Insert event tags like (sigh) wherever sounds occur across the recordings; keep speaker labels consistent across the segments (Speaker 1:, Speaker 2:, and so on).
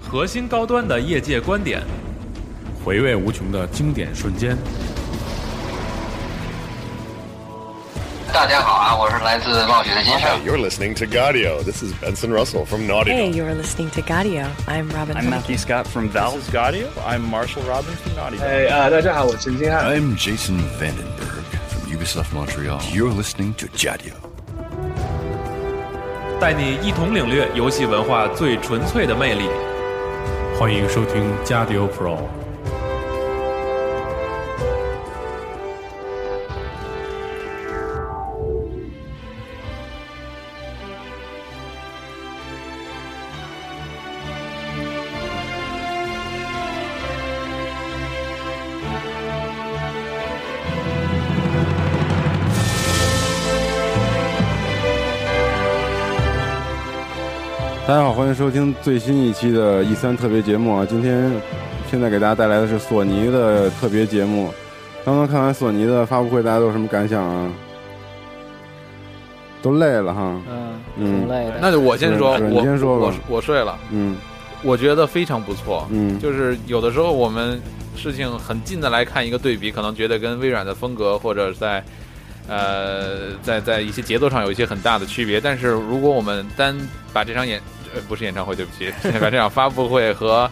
Speaker 1: 核心高端的业界观点，
Speaker 2: 回味无穷的经典瞬间。
Speaker 3: 大家好啊，我是来自暴雪的金盛。
Speaker 4: Hi, you're listening to Gaudio. This is Benson Russell from Naughty.
Speaker 5: Hey, you're listening to Gaudio. I'm Robin.
Speaker 6: I'm Matthew Scott from Valve.
Speaker 7: This is Gaudio. I'm Marshall Robin from Naughty. Dog.
Speaker 8: Hey, uh, 大家好，我是金汉。
Speaker 9: I'm Jason Vandenberg from Ubisoft Montreal. You're listening to Jadio.
Speaker 1: 带你一同领略游戏文化最纯粹的魅力。
Speaker 2: 欢迎收听加迪欧 Pro。
Speaker 10: 大家好，欢迎收听最新一期的 E 三特别节目啊！今天现在给大家带来的是索尼的特别节目。刚刚看完索尼的发布会，大家都有什么感想啊？都累了哈，
Speaker 6: 嗯，
Speaker 10: 嗯
Speaker 6: 挺累的。
Speaker 11: 那就我先说，
Speaker 10: 是是
Speaker 11: 我
Speaker 10: 你先说吧
Speaker 11: 我我睡了，
Speaker 10: 嗯
Speaker 11: 我觉得非常不错。
Speaker 10: 嗯
Speaker 11: 就是有的时候我们事情很近的来看一个对比，可能觉得跟微软的风格或者在呃在在一些节奏上有一些很大的区别，但是如果我们单把这场演呃不是演唱会，对不起， (laughs) 把这场发布会和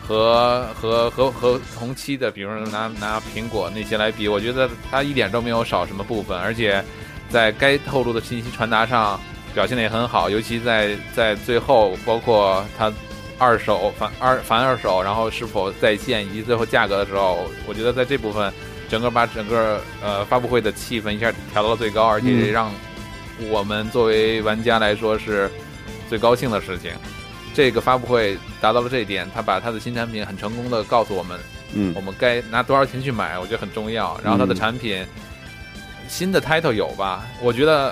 Speaker 11: 和和和和同期的，比如说拿拿苹果那些来比，我觉得它一点都没有少什么部分，而且在该透露的信息传达上表现的也很好，尤其在在最后，包括它二手反二反二手，然后是否在线以及最后价格的时候，我觉得在这部分整个把整个呃发布会的气氛一下调到了最高，而且也让我们作为玩家来说是最高兴的事情。这个发布会达到了这一点，他把他的新产品很成功的告诉我们，
Speaker 10: 嗯
Speaker 11: 我们该拿多少钱去买，我觉得很重要。然后它的产品、新的 title 有吧？我觉得，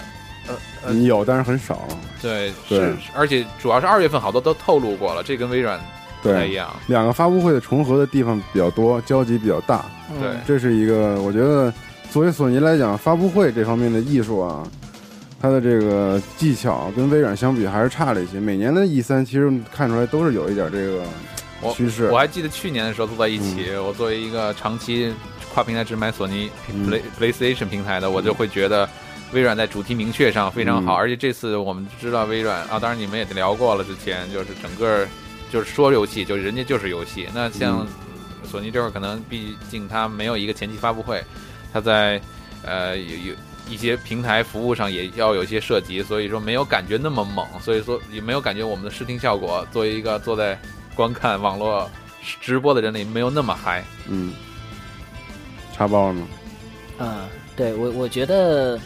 Speaker 11: 呃呃，
Speaker 10: 嗯，有，但是很少。
Speaker 11: 对，
Speaker 10: 对
Speaker 11: 是，而且主要是二月份好多都透露过了，这跟微软不太一
Speaker 10: 对，
Speaker 11: 样。
Speaker 10: 两个发布会的重合的地方比较多，交集比较大。
Speaker 6: 嗯
Speaker 11: 对，
Speaker 10: 这是一个，我觉得作为索尼来讲，发布会这方面的艺术啊，它的这个技巧跟微软相比还是差了一些。每年的 E 三其实看出来都是有一点这个
Speaker 11: 我
Speaker 10: 趋势嗯
Speaker 11: 我还记得去年的时候坐在一起，我作为一个长期跨平台只买索尼
Speaker 10: 嗯
Speaker 11: Play、PlayStation 平台的，我就会觉得微软在主题明确上非常好。
Speaker 10: 嗯
Speaker 11: 而且这次我们知道微软啊，当然你们也聊过了，之前就是整个就是说游戏，就是人家就是游戏。那像
Speaker 10: 嗯
Speaker 11: 索尼这会儿可能毕竟它没有一个前期发布会，它在呃有有。一些平台服务上也要有一些涉及，所以说没有感觉那么猛，所以说也没有感觉我们的视听效果作为一个坐在观看网络直播的人里没有那么嗨。
Speaker 10: 嗯，插包了吗？
Speaker 6: 嗯，对我我觉得，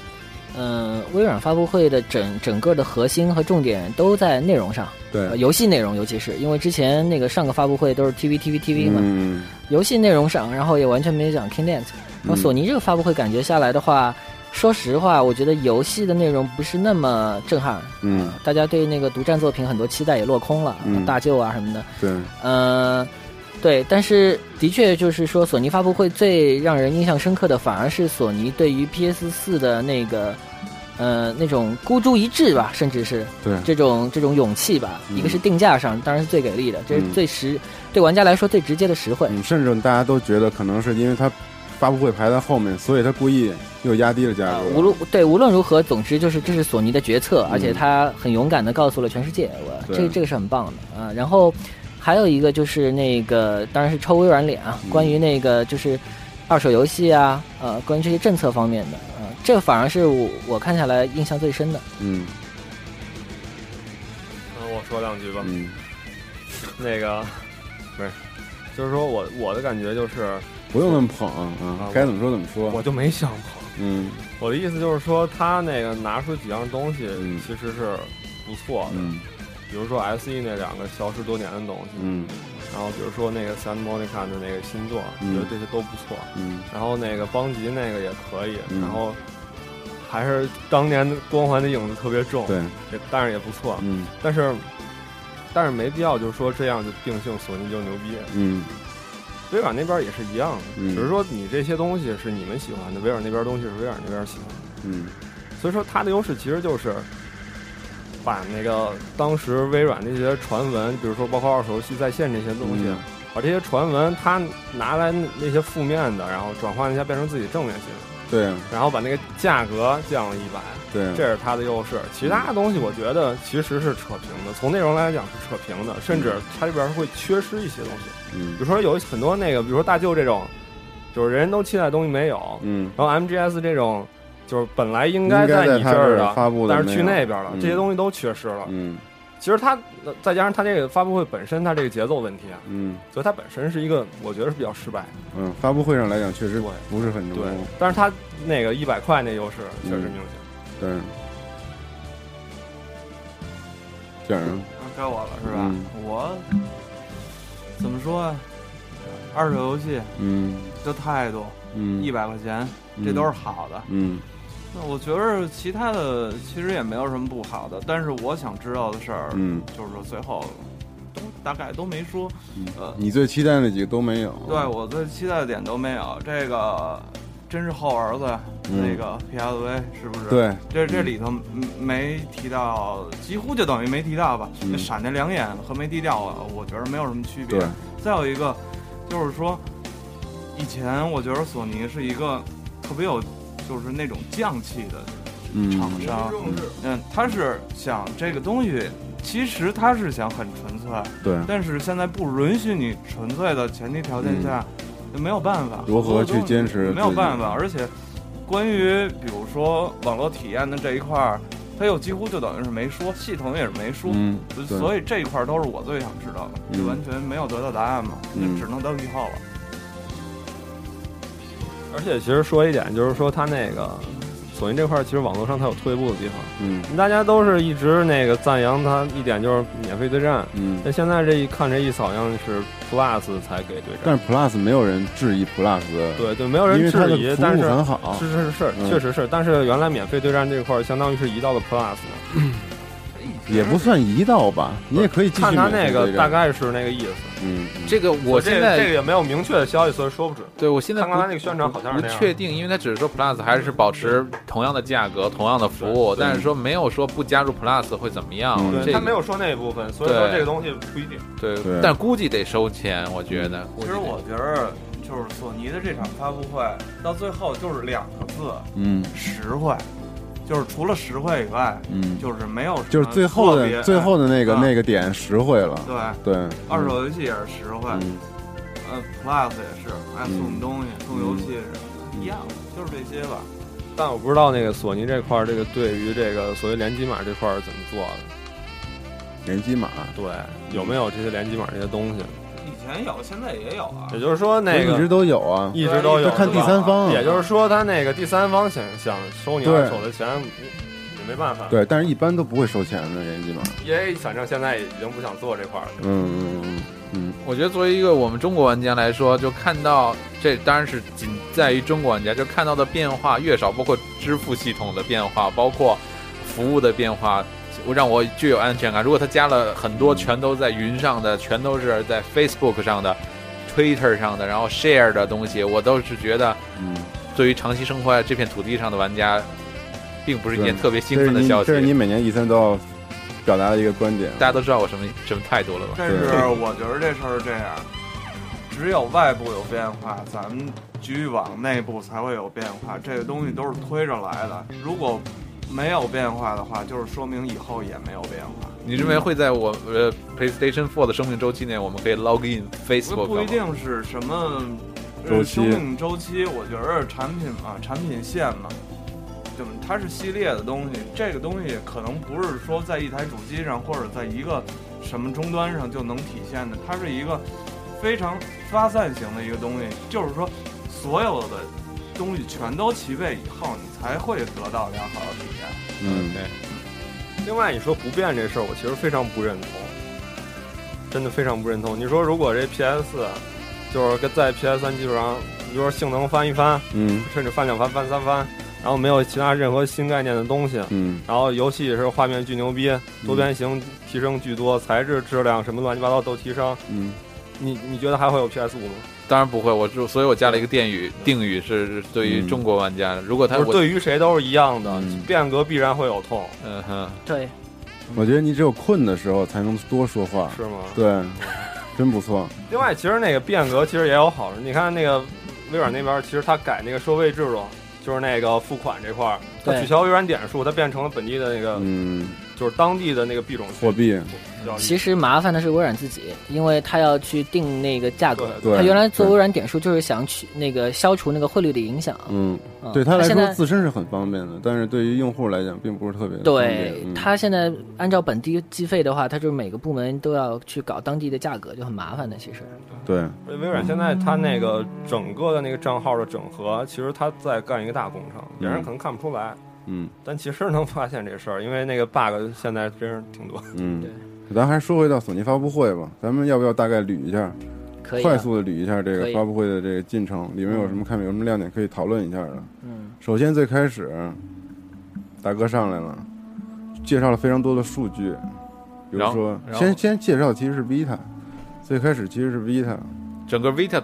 Speaker 6: 嗯、微软发布会的整整个的核心和重点都在内容上，呃
Speaker 10: 对，
Speaker 6: 游戏内容尤其是因为之前那个上个发布会都是 TV TV TV 嘛，
Speaker 10: 嗯，
Speaker 6: 游戏内容上，然后也完全没有讲 Kinect。然后
Speaker 10: 嗯
Speaker 6: 索尼这个发布会感觉下来的话，说实话，我觉得游戏的内容不是那么震撼，
Speaker 10: 嗯，
Speaker 6: 大家对那个独占作品很多期待也落空了，
Speaker 10: 嗯
Speaker 6: 大舅啊什么的，
Speaker 10: 对，
Speaker 6: 呃，对，但是的确就是说，索尼发布会最让人印象深刻的，反而是索尼对于 PS 四的那个，呃，那种孤注一掷吧，甚至是
Speaker 10: 对
Speaker 6: 这种这种勇气吧。
Speaker 10: 嗯
Speaker 6: 一个是定价上，当然是最给力的，这是
Speaker 10: 嗯
Speaker 6: 最实、对玩家来说最直接的实惠。
Speaker 10: 嗯，甚至大家都觉得可能是因为它发布会排在后面，所以它故意又压低了价
Speaker 6: 啊
Speaker 10: 格。
Speaker 6: 无论对无论如何，总之就是这是索尼的决策，而且他很勇敢的告诉了全世界，我
Speaker 10: 嗯对
Speaker 6: 这这个是很棒的啊。然后还有一个就是那个，当然是抽微软脸啊，关
Speaker 10: 嗯
Speaker 6: 于那个就是二手游戏啊，呃，关于这些政策方面的啊，这反而是我我看下来印象最深的。
Speaker 10: 嗯
Speaker 7: 嗯，我说两句吧。
Speaker 10: 嗯，
Speaker 7: 那个，没事，就是说我我的感觉就是，
Speaker 10: 不用那么捧啊
Speaker 7: 啊，
Speaker 10: 该怎么说怎么说。
Speaker 7: 我就没想跑。
Speaker 10: 嗯
Speaker 7: 我的意思就是说，他那个拿出几样东西
Speaker 10: 嗯
Speaker 7: 其实是不错的，
Speaker 10: 嗯
Speaker 7: 比如说 S E 那两个消失多年的东西，
Speaker 10: 嗯
Speaker 7: 然后比如说那个 San Monica 的那个新作，
Speaker 10: 嗯
Speaker 7: 我觉得这些都不错。
Speaker 10: 嗯
Speaker 7: 然后那个邦吉那个也可以，
Speaker 10: 嗯
Speaker 7: 然后还是当年光环的影子特别重，
Speaker 10: 对，
Speaker 7: 也但是也不错，
Speaker 10: 嗯
Speaker 7: 但是但是没必要就是说这样就定性索尼就牛逼，
Speaker 10: 嗯
Speaker 7: 微软那边也是一样的，
Speaker 10: 嗯
Speaker 7: 只是说你这些东西是你们喜欢的，微软那边东西是微软那边喜欢的，
Speaker 10: 嗯
Speaker 7: 所以说它的优势其实就是。把那个当时微软那些传闻，比如说包括二手游戏在线这些东西，啊
Speaker 10: 嗯
Speaker 7: 把这些传闻他拿来那些负面的，然后转换一下变成自己正面新闻，
Speaker 10: 对
Speaker 7: 然后把那个价格降了一百，
Speaker 10: 对，
Speaker 7: 这是它的优势。其他的东西我觉得其实是扯平的，从内容来讲是扯平的，甚至它里边会缺失一些东西，比
Speaker 10: 嗯
Speaker 7: 如说有很多那个，比如说大舅这种，就是人人都期待的东西没有，
Speaker 10: 嗯
Speaker 7: 然后 MGS 这种。就是本来应
Speaker 10: 应
Speaker 7: 该
Speaker 10: 在
Speaker 7: 你
Speaker 10: 他
Speaker 7: 这儿
Speaker 10: 儿
Speaker 7: 的，
Speaker 10: 发布的
Speaker 7: 但
Speaker 10: 没有，
Speaker 7: 是去那边了，
Speaker 10: 嗯
Speaker 7: 这些东西都缺失了。
Speaker 10: 嗯
Speaker 7: 其实它呃再加上它这个发布会本身，它这个节奏问题啊，
Speaker 10: 嗯
Speaker 7: 所以它本身是一个我觉得是比较失败的。
Speaker 10: 嗯，发布会上来讲确实
Speaker 7: 对
Speaker 10: 不是很成
Speaker 7: 对
Speaker 10: 功，，
Speaker 7: 但是它那个一百块那优势确实明
Speaker 10: 嗯
Speaker 7: 显。
Speaker 10: 对，这样啊
Speaker 8: 该我了是吧？
Speaker 10: 嗯
Speaker 8: 我怎么说啊？二手游戏
Speaker 10: 嗯
Speaker 8: 这态度，
Speaker 10: 嗯，
Speaker 8: 一百块钱，这都是好的。
Speaker 10: 嗯
Speaker 8: 那我觉得其他的其实也没有什么不好的，但是我想知道的事儿，
Speaker 10: 嗯，
Speaker 8: 就是说最后都大概都没说，呃，
Speaker 10: 你最期待那几个都没有，
Speaker 8: 对我最期待的点都没有，这个真是后儿子，
Speaker 10: 嗯
Speaker 8: 那个 PSV 是不是？
Speaker 10: 对，
Speaker 8: 这这里头嗯没提到，几乎就等于没提到吧。
Speaker 10: 嗯
Speaker 8: 那闪那两眼和没低调，呃我我觉得没有什么区别
Speaker 10: 对。
Speaker 8: 再有一个，就是说，以前我觉得索尼是一个特别有，就是那种匠气的
Speaker 10: 嗯
Speaker 8: 厂商。嗯，他是想这个东西，其实他是想很纯粹，
Speaker 10: 对，
Speaker 8: 但是现在不允许你纯粹的前提条件下，没有办法
Speaker 10: 嗯如何去坚持
Speaker 8: 没有
Speaker 10: 自己
Speaker 8: 办法。而且，关于比如说网络体验的这一块儿，他又几乎就等于是没说，系统也是没说，
Speaker 10: 嗯，对
Speaker 8: 所以这一块儿都是我最想知道的，
Speaker 10: 嗯
Speaker 8: 就完全没有得到答案嘛，
Speaker 10: 嗯
Speaker 8: 就只能等以后了。
Speaker 7: 而且其实说一点，就是说它那个索尼这块，其实网络上它有退步的地方。
Speaker 10: 嗯
Speaker 7: 大家都是一直那个赞扬它一点就是免费对战，
Speaker 10: 嗯，
Speaker 7: 那现在这一看这意思好像是 Plus 才给对战，
Speaker 10: 但是 Plus 没有人质疑 Plus 的，
Speaker 7: 对对，没有人
Speaker 10: 嗯因为它
Speaker 7: 质
Speaker 10: 的
Speaker 7: 疑，
Speaker 10: 服
Speaker 7: 但
Speaker 10: 务
Speaker 7: 是
Speaker 10: 很好，
Speaker 7: 是是是，
Speaker 10: 嗯
Speaker 7: 确实是，但是原来免费对战这块儿，相当于是移到了 Plus 呢
Speaker 10: 也不算移到吧，你也可以继续
Speaker 7: 看他
Speaker 10: 免
Speaker 7: 那
Speaker 10: 费
Speaker 7: 个
Speaker 10: 对
Speaker 7: 大
Speaker 10: 战，
Speaker 7: 概是那个意思。
Speaker 10: 嗯，嗯
Speaker 11: 这个我
Speaker 7: 这
Speaker 11: 现
Speaker 7: 个这个
Speaker 11: 在
Speaker 7: 也没有明确的消息，所以说不准。
Speaker 11: 对我现在
Speaker 7: 看
Speaker 11: 不
Speaker 7: 看他那个宣传好像是
Speaker 11: 不
Speaker 7: 那样。
Speaker 11: 确定，因为它只是说 Plus 还是保持同样的价格、同样的服务，但是说没有说不加入 Plus 会怎么样
Speaker 10: 嗯。
Speaker 11: 这
Speaker 7: 他
Speaker 11: 个
Speaker 7: 没有说那一部分，所以说
Speaker 11: 对
Speaker 7: 这个东西不一定。
Speaker 11: 对
Speaker 10: 对，
Speaker 11: 但估计得收钱，我觉得。
Speaker 8: 其实我觉得，就是索尼的这场发布会到最后就是两个字：
Speaker 10: 嗯
Speaker 8: 实惠。就是除了实惠以外，
Speaker 10: 嗯，
Speaker 8: 就是没有什么
Speaker 10: 就是
Speaker 7: 啊
Speaker 10: 最后
Speaker 8: 特别
Speaker 10: 的
Speaker 7: 哎
Speaker 10: 最后的那个
Speaker 8: 啊
Speaker 10: 那个点实惠了，
Speaker 8: 对
Speaker 10: 对，
Speaker 8: 二手游戏也是实惠，
Speaker 10: 嗯
Speaker 8: 呃，Plus 也是，哎，
Speaker 10: 嗯
Speaker 8: 送东西、送游戏什么的
Speaker 10: 嗯
Speaker 8: 一样的，就是这些吧。
Speaker 7: 但我不知道那个索尼这块儿，这个对于这个所谓联机码这块儿是怎么做的，
Speaker 10: 联机码，
Speaker 7: 对，有没有这些联机码这些东西？
Speaker 8: 以前有，现在也有啊
Speaker 7: 也。就是说，那
Speaker 10: 一直
Speaker 7: 个
Speaker 10: 都有啊，
Speaker 7: 一直都有，
Speaker 10: 就看第
Speaker 7: 是吧
Speaker 10: 三方啊，
Speaker 7: 也就是说，他那个第三方想想收你
Speaker 10: 对
Speaker 7: 二手的钱，也没办法。，，E
Speaker 10: 对，但是一般都不会收钱的联机码，
Speaker 7: 也反正现在已经不想做这块儿了。
Speaker 10: 嗯嗯嗯嗯
Speaker 11: 我觉得作为一个我们中国玩家来说，就看到这当然是仅在于中国玩家，就看到的变化越少，包括支付系统的变化，包括服务的变化，让我具有安全感。如果他加了很多全都在云上的，全都是在 Facebook 上的、Twitter 上的，然后 Share 的东西，我都是觉得
Speaker 10: 嗯，
Speaker 11: 对于长期生活在这片土地上的玩家，并不是一件
Speaker 10: 对
Speaker 11: 特别兴
Speaker 10: 这是
Speaker 11: 奋的
Speaker 10: 你
Speaker 11: 消息
Speaker 10: 这是。你每年 E 三都要表达的一个观点，啊
Speaker 11: 大家都知道我什么什么态度了吧？
Speaker 8: 但是我觉得这事儿是这样，只有外部有变化，咱们局域网内部才会有变化。这个东西都是推着来的，如果没有变化的话，就是说明以后也没有变化。
Speaker 11: 你认为会在我呃 PlayStation 4的生命周期内，我们可以 log in
Speaker 8: 不
Speaker 11: Facebook
Speaker 8: 不一
Speaker 11: 吗
Speaker 8: 定是什么呃
Speaker 10: 周期
Speaker 8: 生命周期，我觉得产品嘛，产品线嘛，怎么它是系列的东西，这个东西可能不是说在一台主机上或者在一个什么终端上就能体现的，它是一个非常发散型的一个东西，就是说所有的东西全都齐备以后，你才会得到良好的体验。
Speaker 10: 嗯，
Speaker 7: 另外，你说不变这事儿，我其实非常不认同，真的非常不认同。你说如果这 PS 就是跟在 PS 三基础上，你说性能翻一翻，
Speaker 10: 嗯
Speaker 7: 甚至翻两翻、翻三翻，然后没有其他任何新概念的东西，
Speaker 10: 嗯
Speaker 7: 然后游戏是画面巨牛逼，多边形提升巨多，材质、质量什么乱七八糟都提升，
Speaker 10: 嗯
Speaker 7: 你你觉得还会有 PS 五吗？
Speaker 11: 当然不会，我就所以，我加了一个定语，定语是对于中国玩
Speaker 8: 嗯
Speaker 11: 家的。如果他
Speaker 7: 就是
Speaker 11: 我
Speaker 7: 对于谁都是一样的
Speaker 10: 嗯，
Speaker 7: 变革必然会有痛。
Speaker 11: 嗯哼，
Speaker 6: 对，
Speaker 10: 我觉得你只有困的时候才能多说话，
Speaker 7: 是吗
Speaker 10: 对，真不错。
Speaker 7: 另外，其实那个变革其实也有好处。你看那个微软那边，其实它改那个收费制度，就是那个付款这块儿，它
Speaker 6: 对
Speaker 7: 取消微软点数，它变成了本地的那个，
Speaker 10: 嗯，
Speaker 7: 就是当地的那个币种
Speaker 10: 货币，
Speaker 6: 其实麻烦的是微软自己，因为他要去定那个价格。
Speaker 10: 对对
Speaker 6: 他原来做微软点数就是想取那个消除那个汇率的影响。
Speaker 10: 嗯
Speaker 6: 嗯，
Speaker 10: 对他来
Speaker 6: 他现
Speaker 10: 说
Speaker 6: 在
Speaker 10: 自身是很方便的，但是对于用户来讲并不是特别方便
Speaker 6: 对
Speaker 10: 嗯
Speaker 6: 他现在按照本地计费的话，他就是每个部门都要去搞当地的价格，就很麻烦的。其实，
Speaker 10: 对，
Speaker 7: 微软现在它那个整个的那个账号的整合，其实它在干一个大工程，别人可能看不出来，
Speaker 10: 嗯
Speaker 7: 但其实能发现这事儿，因为那个 bug 现在真是挺
Speaker 10: (laughs)
Speaker 7: 多。
Speaker 10: 嗯，咱还是说回到索尼发布会吧，咱们要不要大概捋一下？
Speaker 6: 可以啊
Speaker 10: 快速的捋一下这
Speaker 6: 可
Speaker 10: 个
Speaker 6: 以
Speaker 10: 发布会的这个进程，里面有什么看有什么亮点可以讨论一下的。
Speaker 6: 嗯，
Speaker 10: 首先最开始，大哥上来了，介绍了非常多的数据，比如
Speaker 11: 然后
Speaker 10: 说
Speaker 11: 然后
Speaker 10: 先先介绍其实是 Vita，最开始其实是 Vita，
Speaker 11: 整个 Vita，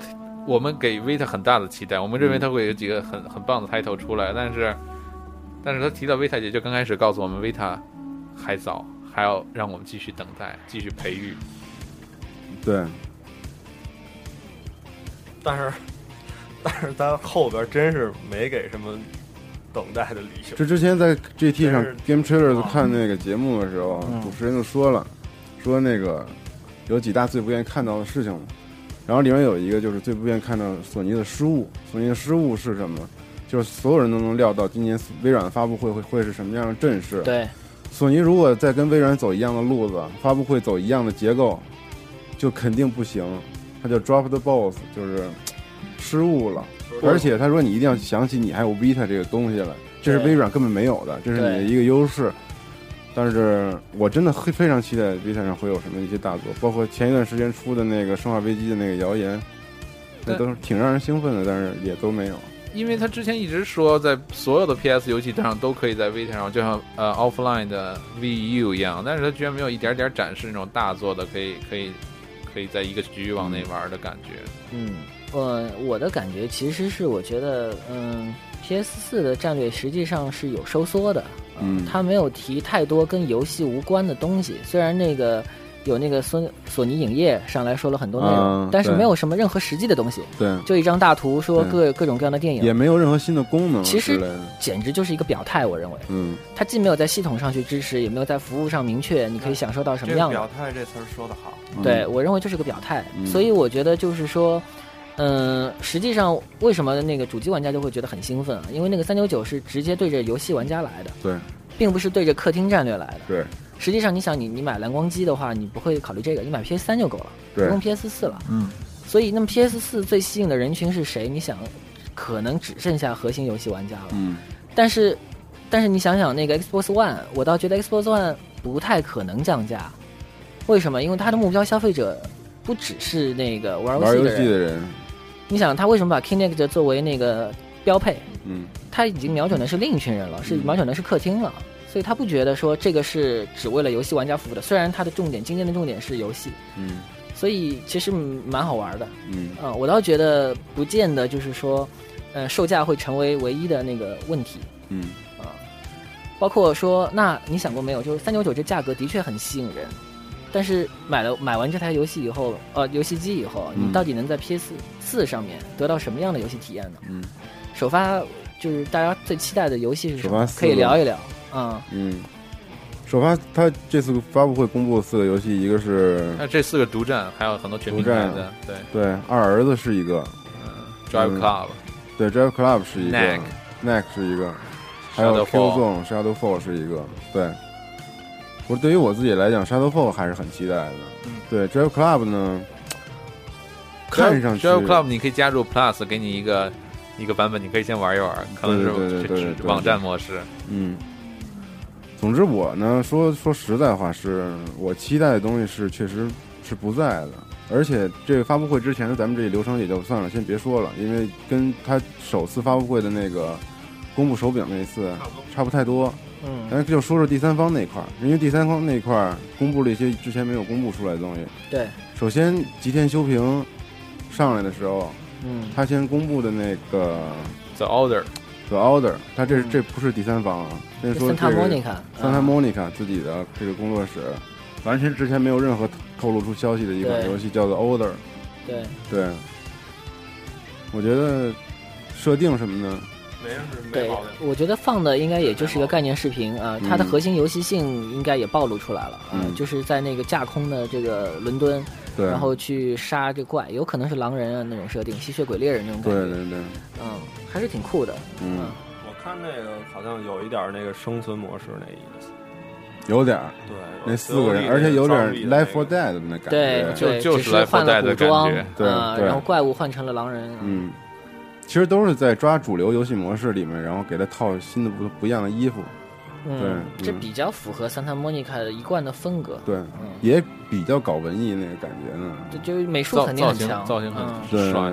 Speaker 11: 我们给 Vita 很大的期待，我们认为它会有几个很很棒的 title 出来，但是，但是他提到 Vita 也就刚开始告诉我们 Vita 还早，还要让我们继续等待，继续培育。
Speaker 10: 对，
Speaker 7: 但是，但是它后边真是没给什么等待的理由。
Speaker 10: 这之前在 GT 上
Speaker 7: 但是啊
Speaker 10: Game Trailers 看那个节目的时候，
Speaker 7: 嗯
Speaker 10: 主持人就说了，说那个有几大最不愿意看到的事情嘛，然后里面有一个就是最不愿意看到索尼的失误。索尼的失误是什么？就是所有人都能料到今年微软发布会会会是什么样的阵势。
Speaker 6: 对，
Speaker 10: 索尼如果再跟微软走一样的路子，发布会走一样的结构，就肯定不行，它就 drop the balls，就是嘖失误了。而且他说你一定要想起你还有 Vita 这个东西来，这是
Speaker 6: 对
Speaker 10: 微软根本没有的，这是你的
Speaker 6: 对
Speaker 10: 一个优势。但是我真的非非常期待 Vita 上会有什么一些大作，包括前一段时间出的那个《生化危机》的那个谣言，那
Speaker 11: 对
Speaker 10: 都是挺让人兴奋的，但是也都没有。啊
Speaker 11: 因为他之前一直说，在所有的 PS 游戏上都可以在 Vita 上，就像呃 Offline 的 VU 一样，但是他居然没有一点点展示那种大作的，可以可以可以在一个局域往内玩的感觉。
Speaker 6: 嗯，呃，我的感觉其实是，我觉得，嗯，PS 四的战略实际上是有收缩的，
Speaker 10: 嗯
Speaker 6: 它没有提太多跟游戏无关的东西。虽然那个有那个索索尼影业上来说了很多内容，
Speaker 10: 啊
Speaker 6: 但是
Speaker 10: 对
Speaker 6: 没有什么任何实际的东西，
Speaker 10: 对，
Speaker 6: 就一张大图说各
Speaker 10: 对
Speaker 6: 各种各样的电影，
Speaker 10: 也没有任何新的功能
Speaker 6: 其
Speaker 10: 之
Speaker 6: 实
Speaker 10: 类的。
Speaker 6: 简直就是一个表态。我认为，
Speaker 10: 嗯，
Speaker 6: 它既没有在系统上去支持，也没有在服务上明确你可以享受到什么
Speaker 8: 嗯这个
Speaker 6: 样的
Speaker 8: 表。态这词儿说的好，
Speaker 6: 对，我认为就是个表态，
Speaker 8: 嗯
Speaker 6: 所以我觉得就是说，嗯、实际上为什么那个主机玩家就会觉得很兴奋啊？因为那个三九九是直接对着游戏玩家来的，
Speaker 10: 对
Speaker 6: 并不是对着客厅战略来的。
Speaker 10: 对
Speaker 6: 实际上，你想你你买蓝光机的话，你不会考虑这个，你买 PS 三就够了，不
Speaker 10: 对
Speaker 6: 用 PS 四了。
Speaker 10: 嗯，
Speaker 6: 所以，那么 PS 四最吸引的人群是谁？你想，可能只剩下核心游戏玩家了。
Speaker 10: 嗯，
Speaker 6: 但是，但是你想想那个 Xbox One，我倒觉得 Xbox One 不太可能降价。为什么？因为它的目标消费者不只是那个玩
Speaker 10: 玩
Speaker 6: 游
Speaker 10: 游
Speaker 6: 戏的
Speaker 10: 戏
Speaker 6: 人。
Speaker 10: 的人，
Speaker 6: 你想，他为什么把 Kinect 作为那个标配？
Speaker 10: 嗯，
Speaker 6: 他已经瞄准的是另一群人了，是瞄准的是客厅了。所以他不觉得说这个是只为了游戏玩家服务的，虽然它的重点，今天的重点是游戏，
Speaker 10: 嗯
Speaker 6: 所以其实蛮好玩的。
Speaker 10: 嗯
Speaker 6: 啊、我倒觉得不见得就是说，呃，售价会成为唯一的那个问题。
Speaker 10: 嗯
Speaker 6: 包括说，那你想过没有？就是三九九这价格的确很吸引人，但是买了买完这台游戏以后，呃，游戏机以后，
Speaker 10: 嗯
Speaker 6: 你到底能在 PS 四上面得到什么样的游戏体验呢？
Speaker 10: 嗯，
Speaker 6: 首发就是大家最期待的游戏是什
Speaker 10: 首发
Speaker 6: 么？
Speaker 10: 四
Speaker 6: 可以
Speaker 10: 个
Speaker 6: 聊一聊。嗯，
Speaker 10: 嗯，首发他这次发布会公布四个游戏，一个是
Speaker 11: 那这四个独占，还有很多全
Speaker 10: 独
Speaker 11: 呃平台
Speaker 10: 占
Speaker 11: 的，对，
Speaker 10: 对，二儿子是一个
Speaker 11: Drive
Speaker 10: 嗯
Speaker 11: Club
Speaker 10: 对，Drive Club 是一个
Speaker 11: Knack
Speaker 10: ，Neck 是一个，还有 Q
Speaker 11: Shadowfall
Speaker 10: Zone Shadowfall 是一个，对。我对于我自己来讲，Shadowfall 还是很期待的。
Speaker 11: 嗯
Speaker 10: 对，Drive Club 呢，看上去
Speaker 11: Drive Club 你可以加入 Plus，给你一个一个版本，你可以先玩一玩，可能
Speaker 10: 对对对对
Speaker 11: 是
Speaker 10: 对
Speaker 11: 这
Speaker 10: 对
Speaker 11: 这网站模式。
Speaker 10: 嗯，总之我呢说说实在话是，我期待的东西是确实是不在的，而且这个发布会之前咱们这流程也就算了，先别说了，因为跟他首次发布会的那个公布手柄那一次差不太多。
Speaker 6: 嗯
Speaker 10: 咱就说说第三方那块儿，因为第三方那块儿公布了一些之前没有公布出来的东西。
Speaker 6: 对，
Speaker 10: 首先吉田修平上来的时候，
Speaker 6: 嗯
Speaker 10: 他先公布的那个
Speaker 11: The Order
Speaker 10: The Order，但这是这不是第三方啊，这是说这
Speaker 6: Santa
Speaker 10: 是
Speaker 6: Monica，
Speaker 10: Santa Monica 自己的这个工作室，完全之前没有任何透露出消息的一款
Speaker 6: 对
Speaker 10: 游戏叫做 Order。
Speaker 6: 嗯对，
Speaker 10: 对，我觉得设定什么的，
Speaker 7: 没什么没
Speaker 6: 对
Speaker 7: 毛病。，
Speaker 6: 我觉得放的应该也就是一个概念视频啊、它的
Speaker 10: 嗯
Speaker 6: 核心游戏性应该也暴露出来了啊、
Speaker 10: 嗯
Speaker 6: 就是在那个架空的这个伦敦，
Speaker 10: 对
Speaker 6: 然后去杀这怪，有可能是狼人啊那种设定，吸血鬼猎人那种感
Speaker 10: 对
Speaker 6: 觉，
Speaker 10: 对对，
Speaker 6: 嗯，还是挺酷的，
Speaker 10: 嗯，
Speaker 7: 我看那个好像有一点那个生存模式那意思，
Speaker 10: 有点儿
Speaker 7: 对
Speaker 10: 那
Speaker 7: 有
Speaker 10: 四个
Speaker 7: 自由力
Speaker 10: 人，
Speaker 7: 的
Speaker 10: 而且有点儿
Speaker 7: 造力的
Speaker 10: Life
Speaker 7: 那
Speaker 10: or
Speaker 7: 个
Speaker 10: Dead 的那感
Speaker 6: 对
Speaker 10: 觉，，
Speaker 6: 对只
Speaker 11: 就就是来
Speaker 6: 是换
Speaker 11: 古代
Speaker 6: 了
Speaker 11: 的
Speaker 6: 古
Speaker 11: 感
Speaker 6: 装
Speaker 11: 觉
Speaker 10: 对
Speaker 6: 啊、
Speaker 10: 对
Speaker 6: 然后怪物换成了狼人，啊
Speaker 10: 嗯，其实都是在抓主流游戏模式里面，然后给它套新的不不一样的衣服，
Speaker 6: 嗯，
Speaker 10: 对
Speaker 6: 这
Speaker 10: 嗯
Speaker 6: 比较符合 Santa Monica 的一贯的风格，
Speaker 10: 对，
Speaker 6: 嗯，
Speaker 10: 也比较搞文艺那个感觉呢。
Speaker 6: 就就是美术
Speaker 11: 造
Speaker 6: 肯定
Speaker 11: 造
Speaker 6: 很
Speaker 11: 型
Speaker 6: 强，
Speaker 11: 造型
Speaker 6: 嗯
Speaker 11: 很
Speaker 10: 对
Speaker 11: 帅，，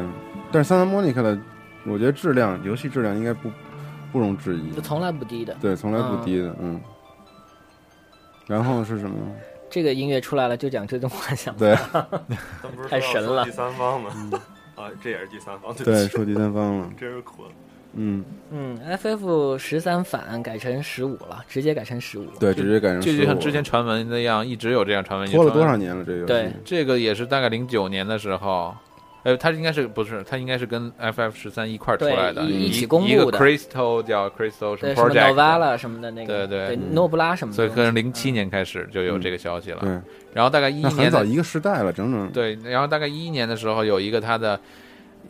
Speaker 10: 但是 Santa Monica 的，我觉得质量，游戏质量应该不不容置疑
Speaker 6: 就，从来不低的。
Speaker 10: 对，从来不低的，嗯。然后是什么？
Speaker 6: 这个音乐出来了就讲最终幻想，
Speaker 11: (laughs)
Speaker 10: 对
Speaker 7: 咱不是说
Speaker 6: 太神
Speaker 7: 要说
Speaker 6: 了
Speaker 7: 第三方吗？ (laughs) 啊，这也是第三方，
Speaker 10: 嗯
Speaker 7: (laughs)
Speaker 10: 对，
Speaker 7: 不起
Speaker 10: 说第三方了，
Speaker 7: 真是困。
Speaker 10: 嗯，
Speaker 6: 嗯，FF 十三反改成十五了，直接改成十五。
Speaker 10: 对，直接改成
Speaker 11: 这就
Speaker 10: 15
Speaker 11: 像之前传闻那样，一直有这样传闻。
Speaker 10: 拖了多
Speaker 11: 传闻
Speaker 10: 少年了？这游戏
Speaker 6: 对
Speaker 11: 这个也是大概零九年的时候，呃，它应该是不是？它应该是跟 FF 十三一块儿出
Speaker 6: 对
Speaker 11: 来的，
Speaker 6: 一
Speaker 11: 一
Speaker 6: 一起公布的
Speaker 11: 一个 Crystal 叫 Crystal 什
Speaker 6: 对，
Speaker 11: 么
Speaker 6: 什么
Speaker 11: Project，
Speaker 6: Novella 什么的那个，
Speaker 11: 对对
Speaker 6: 对，诺布拉什么的。
Speaker 11: 所以可能零七年开始就有这个消息了。
Speaker 10: 嗯对，
Speaker 11: 然后大概一一
Speaker 10: 那很
Speaker 11: 年
Speaker 10: 早
Speaker 11: 的
Speaker 10: 一个时代了，整整
Speaker 11: 对，然后大概一一年的时候有一个他的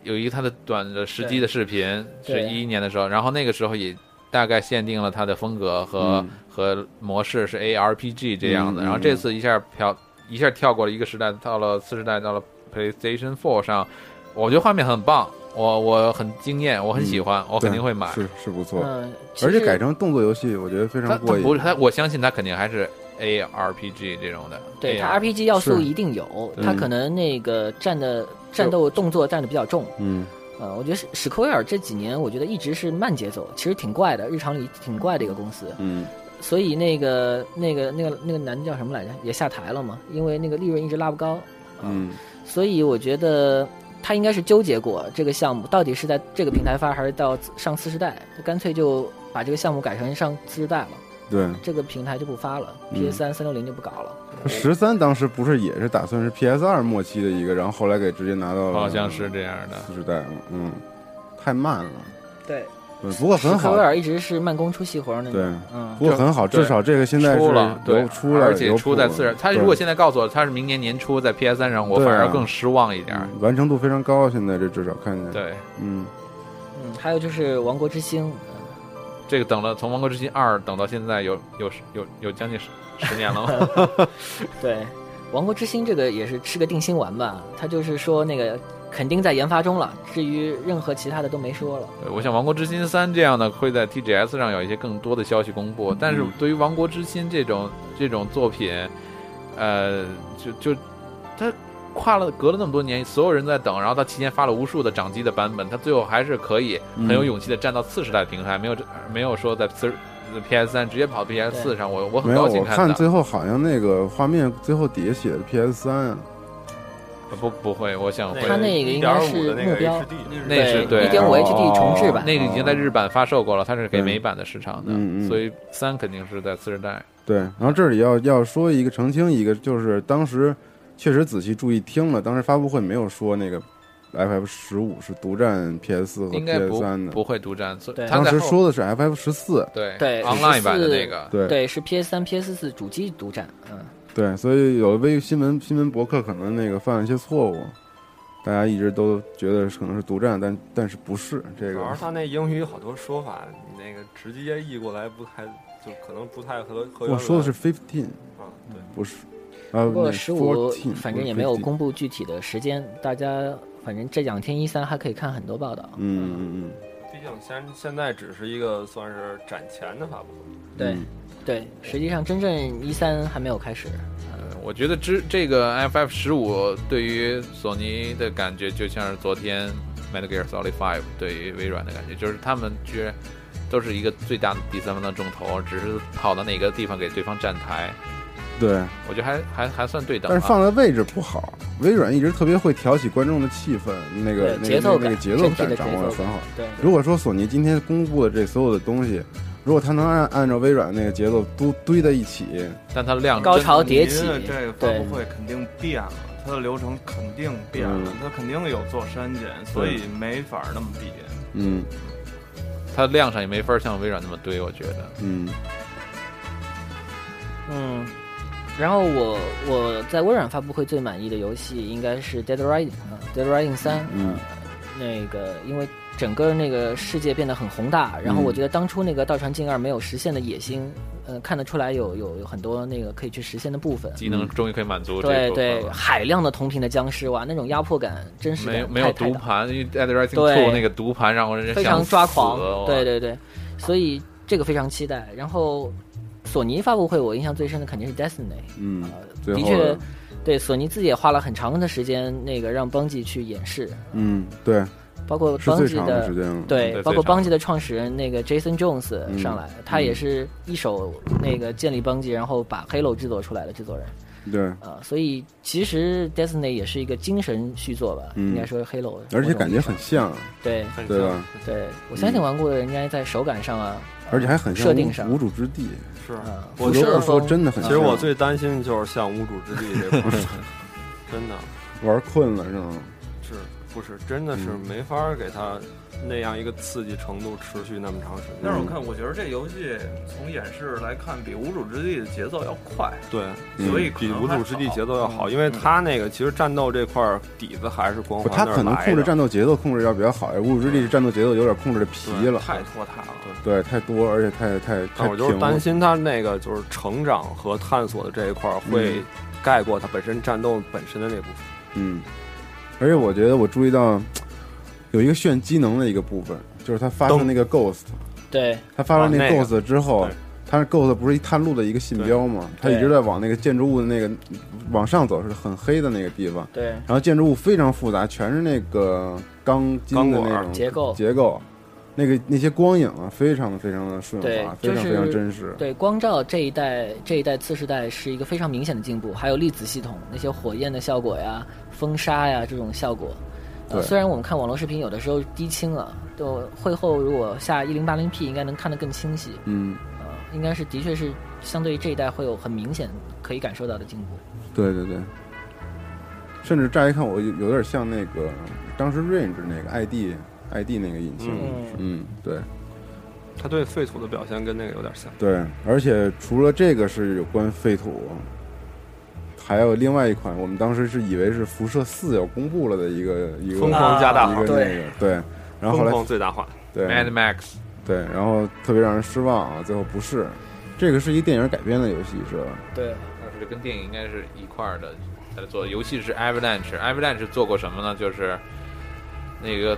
Speaker 11: 有一个他的短的时机的视频，是
Speaker 6: 对
Speaker 11: 一一年的时候，然后那个时候也大概限定了他的风格和、
Speaker 10: 嗯
Speaker 11: 和模式是 ARPG 这样的，
Speaker 10: 嗯
Speaker 11: 然后这次一下跳一下跳过了一个时代，到了次时代，到了 PlayStation Four 上，我觉得画面很棒，我我很惊艳，我很喜欢，我肯定会买。
Speaker 10: 嗯是是不错，
Speaker 6: 嗯，其
Speaker 10: 而且
Speaker 6: 实
Speaker 10: 改成动作游戏，我觉得非
Speaker 11: 他
Speaker 10: 常
Speaker 11: 他
Speaker 10: 过瘾
Speaker 11: 不。是他，我相信他肯定还是 ARPG 这种的。
Speaker 6: 对它
Speaker 11: AR
Speaker 6: RPG 要素
Speaker 10: 哎是
Speaker 6: 一定有，它
Speaker 10: 嗯
Speaker 6: 可能那个占的战斗动作占的比较重。
Speaker 10: 嗯，
Speaker 6: 呃，我觉得史史克威尔这几年我觉得一直是慢节奏，其实挺怪的，日常里挺怪的一个公司。
Speaker 10: 嗯，
Speaker 6: 所以那个那个那个那个男的叫什么来着，也下台了嘛，因为那个利润一直拉不高。啊
Speaker 10: 嗯，
Speaker 6: 所以我觉得他应该是纠结过这个项目到底是在这个平台发还是到上次世代，他干脆就把这个项目改成上次世代了，
Speaker 10: 对。
Speaker 6: 这个平台就不发了
Speaker 10: 嗯
Speaker 6: ，PS 三、三六零就不搞了。
Speaker 10: 十三当时不是也是打算是 PS 二末期的一个，然后后来给直接拿到了
Speaker 11: 好像是这样的。
Speaker 10: 次时代了，嗯，太慢了，
Speaker 6: 对，
Speaker 10: 嗯不过很
Speaker 6: 科
Speaker 10: 好
Speaker 6: 威，尔一直是慢工出细活那种。
Speaker 10: 对
Speaker 6: 嗯
Speaker 10: 不，过很好，
Speaker 11: 对
Speaker 10: 至少这个现在是
Speaker 11: 出了，对
Speaker 10: 有，出了，
Speaker 11: 而且
Speaker 10: 有
Speaker 11: 出在
Speaker 10: 谱
Speaker 11: 次
Speaker 10: 了
Speaker 11: 日。他如果
Speaker 10: 对
Speaker 11: 现在告诉我他是明年年初在 PS 三上，我
Speaker 10: 对
Speaker 11: 反
Speaker 10: 啊
Speaker 11: 而更失望一点儿。
Speaker 10: 嗯完成度非常高，现在这至少看见，，
Speaker 11: 对，
Speaker 10: 嗯，
Speaker 6: 嗯，还有就是《王国之星》，嗯
Speaker 11: 这个等了从《王国之心二》等到现在有有有有将近十十年了
Speaker 10: (laughs)
Speaker 11: 吗？
Speaker 6: 对，《王国之心》这个也是吃个定心丸吧，他就是说那个肯定在研发中了，至于任何其他的都没说了。
Speaker 11: 对我想《王国之心三》这样的会在 TGS 上有一些更多的消息公布，但
Speaker 10: 嗯
Speaker 11: 是对于《王国之心》这种这种作品，呃，就就它跨了隔了那么多年，所有人在等，然后它期间发了无数的掌机的版本，它最后还是可以
Speaker 10: 嗯
Speaker 11: 很有勇气的站到次世代平台，没有没有说在次 PS 三直接跑 PS 四上，我我
Speaker 10: 没
Speaker 11: 很
Speaker 10: 有，
Speaker 11: 高
Speaker 10: 我
Speaker 11: 兴
Speaker 10: 看
Speaker 11: 到。
Speaker 10: 最后好像那个画面最后底下写的 PS 三，啊
Speaker 11: 不不会，我想会
Speaker 6: 它那个应该是
Speaker 7: 1.5的那个
Speaker 6: 目标
Speaker 7: HD
Speaker 11: 那是对
Speaker 6: 一点五
Speaker 10: 哦
Speaker 6: HD 重置版。
Speaker 11: 那个已经在日版发售过了，它是给美版的市场的，
Speaker 10: 嗯嗯
Speaker 11: 所以三肯定是在次世代。
Speaker 10: 对，然后这里要要说一个澄清一个，就是当时确实仔细注意听了，当时发布会没有说那个 FF 十五是独占 PS 四和
Speaker 11: 应该
Speaker 10: PS
Speaker 11: 不
Speaker 10: 三的，
Speaker 11: 不会独占，所以
Speaker 6: 对
Speaker 11: 他
Speaker 10: 当
Speaker 11: 在
Speaker 10: 时
Speaker 11: 后啊
Speaker 10: 说的是 FF 十四，
Speaker 11: 对
Speaker 6: 对
Speaker 11: online
Speaker 6: 14
Speaker 11: 版的那个，
Speaker 10: 对
Speaker 6: 对，是 PS 三、PS 四主机独占。嗯，
Speaker 10: 对，所以有微新闻新闻博客可能那个犯了一些错误，大家一直都觉得可能是独占，但但是不是这
Speaker 7: 主要
Speaker 10: 个
Speaker 7: 是他那英语好多说法，你那个直接译过来不太，就可能不太合合原文。
Speaker 10: 我说的是 fifteen，
Speaker 7: 啊，对，
Speaker 10: 不是。啊，
Speaker 6: 不过
Speaker 10: 那
Speaker 6: 十五
Speaker 10: 14
Speaker 6: 反正也没有
Speaker 10: 不是15
Speaker 6: 公布具体的时间，大家反正这两天一三还可以看很多报道。
Speaker 10: 嗯嗯嗯，
Speaker 7: 毕竟现现在只是一个算是展前的发布会，
Speaker 6: 对
Speaker 10: 嗯
Speaker 6: 对，实际上真正一三还没有开始。
Speaker 11: 我觉得之这个 FF 十五对于索尼的感觉，就像是昨天 Metal Gear Solid Five 对于微软的感觉，就是他们居然都是一个最大的第三方的重头，只是跑到哪个地方给对方站台。
Speaker 10: 对，
Speaker 11: 我觉得还还还算对等、啊。
Speaker 10: 但是放的位置不好，微软一直特别会挑起观众的气氛，那个
Speaker 6: 对
Speaker 10: 那个
Speaker 6: 节奏感
Speaker 10: 那个节奏
Speaker 6: 整体
Speaker 10: 感
Speaker 6: 的
Speaker 10: 掌握
Speaker 6: 节奏
Speaker 10: 的
Speaker 6: 感
Speaker 10: 很好。
Speaker 6: 对
Speaker 10: 如果说索尼今天公布的这所有的东西，如果它能按按照微软那个节奏都堆在一起，
Speaker 11: 但它量
Speaker 6: 高潮迭起
Speaker 8: 索尼的这个发布会肯定变了，它的流程肯定变了
Speaker 10: 嗯，
Speaker 8: 它肯定有做删减，所以没法那么比。
Speaker 10: 嗯
Speaker 11: 它量上也没法像微软那么堆，我觉得。
Speaker 10: 嗯，
Speaker 6: 嗯，然后我我在微软发布会最满意的游戏应该是 Dead Rising 啊，Dead Rising 三，
Speaker 10: 嗯
Speaker 6: 那个因为整个那个世界变得很宏大，然后
Speaker 10: 嗯
Speaker 6: 我觉得当初那个《道传静二》没有实现的野心，呃，看得出来有有有很多那个可以去实现的部分。
Speaker 11: 技能终于可以满足这一
Speaker 6: 对
Speaker 11: 部分
Speaker 6: 对，
Speaker 11: 了。
Speaker 6: 海量的同屏的僵尸哇，那种压迫感、真实感
Speaker 11: 没有没
Speaker 6: 太
Speaker 11: 有
Speaker 6: 太
Speaker 11: 读
Speaker 6: 大
Speaker 11: 盘，因为《Dead Rising 2
Speaker 6: 对》
Speaker 11: 那个读盘让人
Speaker 6: 非常
Speaker 11: 想
Speaker 6: 抓
Speaker 11: 死
Speaker 6: 狂
Speaker 11: 哇，
Speaker 6: 对对对，所以这个非常期待。然后索尼发布会，我印象最深的肯定是 Destiny，
Speaker 10: 嗯，最
Speaker 6: 的
Speaker 10: 后
Speaker 6: 确，对索尼自己也花了很长的时间，那个让邦吉去演示，
Speaker 10: 嗯对，
Speaker 6: 包括
Speaker 10: 是
Speaker 6: 邦
Speaker 10: 最
Speaker 6: 吉
Speaker 10: 长的时间嗯了。
Speaker 11: 对最
Speaker 6: 对，包括
Speaker 11: 长
Speaker 6: 邦吉的创始人那个 Jason Jones 上来，他
Speaker 10: 嗯
Speaker 6: 也是一手那个建立邦吉，然后把 Halo 制作出来的制作人
Speaker 10: 对，
Speaker 6: 啊、所以其实 Destiny 也是一个精神续作吧，
Speaker 10: 嗯
Speaker 6: 应该说 Halo，
Speaker 10: 而且感觉很像，
Speaker 6: 对
Speaker 10: 对吧？
Speaker 6: 对，我相信玩过的人应该在手感上啊，
Speaker 10: 而且还很像
Speaker 6: 设定
Speaker 10: 无
Speaker 6: 上
Speaker 10: 无主之地。
Speaker 7: 是。
Speaker 6: 啊，
Speaker 10: 我
Speaker 6: 辐射
Speaker 10: 如果说
Speaker 6: 风
Speaker 10: 真的很
Speaker 7: 其
Speaker 10: 像，
Speaker 7: 实我最担心的就是像无主之地这块儿，
Speaker 10: (laughs)
Speaker 7: 真的
Speaker 10: 玩困了是吗？
Speaker 7: 是不是真的是
Speaker 10: 嗯
Speaker 7: 没法儿给他那样一个刺激程度持续那么长时间。
Speaker 8: 但是我看，我觉得这游戏从演示来看，比《无主之地》的节奏要快，
Speaker 7: 对，
Speaker 10: 嗯
Speaker 8: 所以可
Speaker 7: 比
Speaker 8: 能
Speaker 7: 无
Speaker 8: 还
Speaker 7: 主之地
Speaker 8: 好嗯
Speaker 7: 节奏要好，因为他那个其实战斗这块儿底子还是光
Speaker 10: 不，
Speaker 7: 环
Speaker 10: 他
Speaker 7: 那儿
Speaker 10: 可能
Speaker 7: 来
Speaker 10: 控制
Speaker 7: 的
Speaker 10: 战斗节奏控制要比较好，《无主之地》战斗节奏有点控制的皮
Speaker 8: 对
Speaker 10: 了，
Speaker 8: 太拖沓了。
Speaker 10: 对，太多，而且太太太
Speaker 7: 但我就是
Speaker 10: 平
Speaker 7: 担
Speaker 10: 了。
Speaker 7: 心他那个就是成长和探索的这一块儿会
Speaker 10: 嗯
Speaker 7: 盖过他本身战斗本身的那部分。
Speaker 10: 嗯，而且我觉得我注意到有一个炫技能的一个部分，就是他发射
Speaker 7: 灯
Speaker 10: 那个 Ghost，
Speaker 6: 对
Speaker 10: 他发
Speaker 7: 啊
Speaker 10: 射那
Speaker 7: 那个
Speaker 10: Ghost 之后
Speaker 7: 对，
Speaker 10: 他那 Ghost 不是一探路的一个信标吗？他
Speaker 6: 对
Speaker 10: 一直在往那个建筑物的那个往上走，是很黑的那个地方。
Speaker 6: 对
Speaker 10: 然后建筑物非常复杂，全是那个钢筋
Speaker 7: 钢
Speaker 10: 的
Speaker 7: 管
Speaker 10: 那
Speaker 7: 儿
Speaker 10: 种
Speaker 6: 结构
Speaker 10: 结构，那个那些光影啊，非常的非常的顺
Speaker 6: 对
Speaker 10: 滑，非
Speaker 6: 就
Speaker 10: 常非常
Speaker 6: 是
Speaker 10: 真实。
Speaker 6: 对，光照这一代这一代次世代是一个非常明显的进步，还有粒子系统那些火焰的效果呀、风沙呀这种效果。呃，
Speaker 10: 对
Speaker 6: 虽然我们看网络视频有的时候低清啊，就会后如果下一零八零 P 应该能看得更清晰，
Speaker 10: 嗯，
Speaker 6: 呃，应该是的确是相对于这一代会有很明显可以感受到的进步。
Speaker 10: 对对对，甚至乍一看我有有点像那个当时 Range 那个 ID ID 那个引擎，
Speaker 6: 嗯
Speaker 10: 嗯，对
Speaker 7: 他对废土的表现跟那个有点像。
Speaker 10: 对，而且除了这个是有关废土，还有另外一款我们当时是以为是辐射四要公布了的一个一个
Speaker 7: 疯狂加大
Speaker 10: 一
Speaker 7: 化
Speaker 10: 个那个对，然后后
Speaker 7: 疯
Speaker 10: 来
Speaker 7: 狂最大化，
Speaker 10: 对
Speaker 11: Mad Max
Speaker 10: 对，然后特别让人失望啊，最后不是，这个是一电影改编的游戏是吧？
Speaker 6: 对，
Speaker 11: 当时跟电影应该是一块儿的在做，游戏是 Avalanche，Avalanche 做过什么呢？就是那个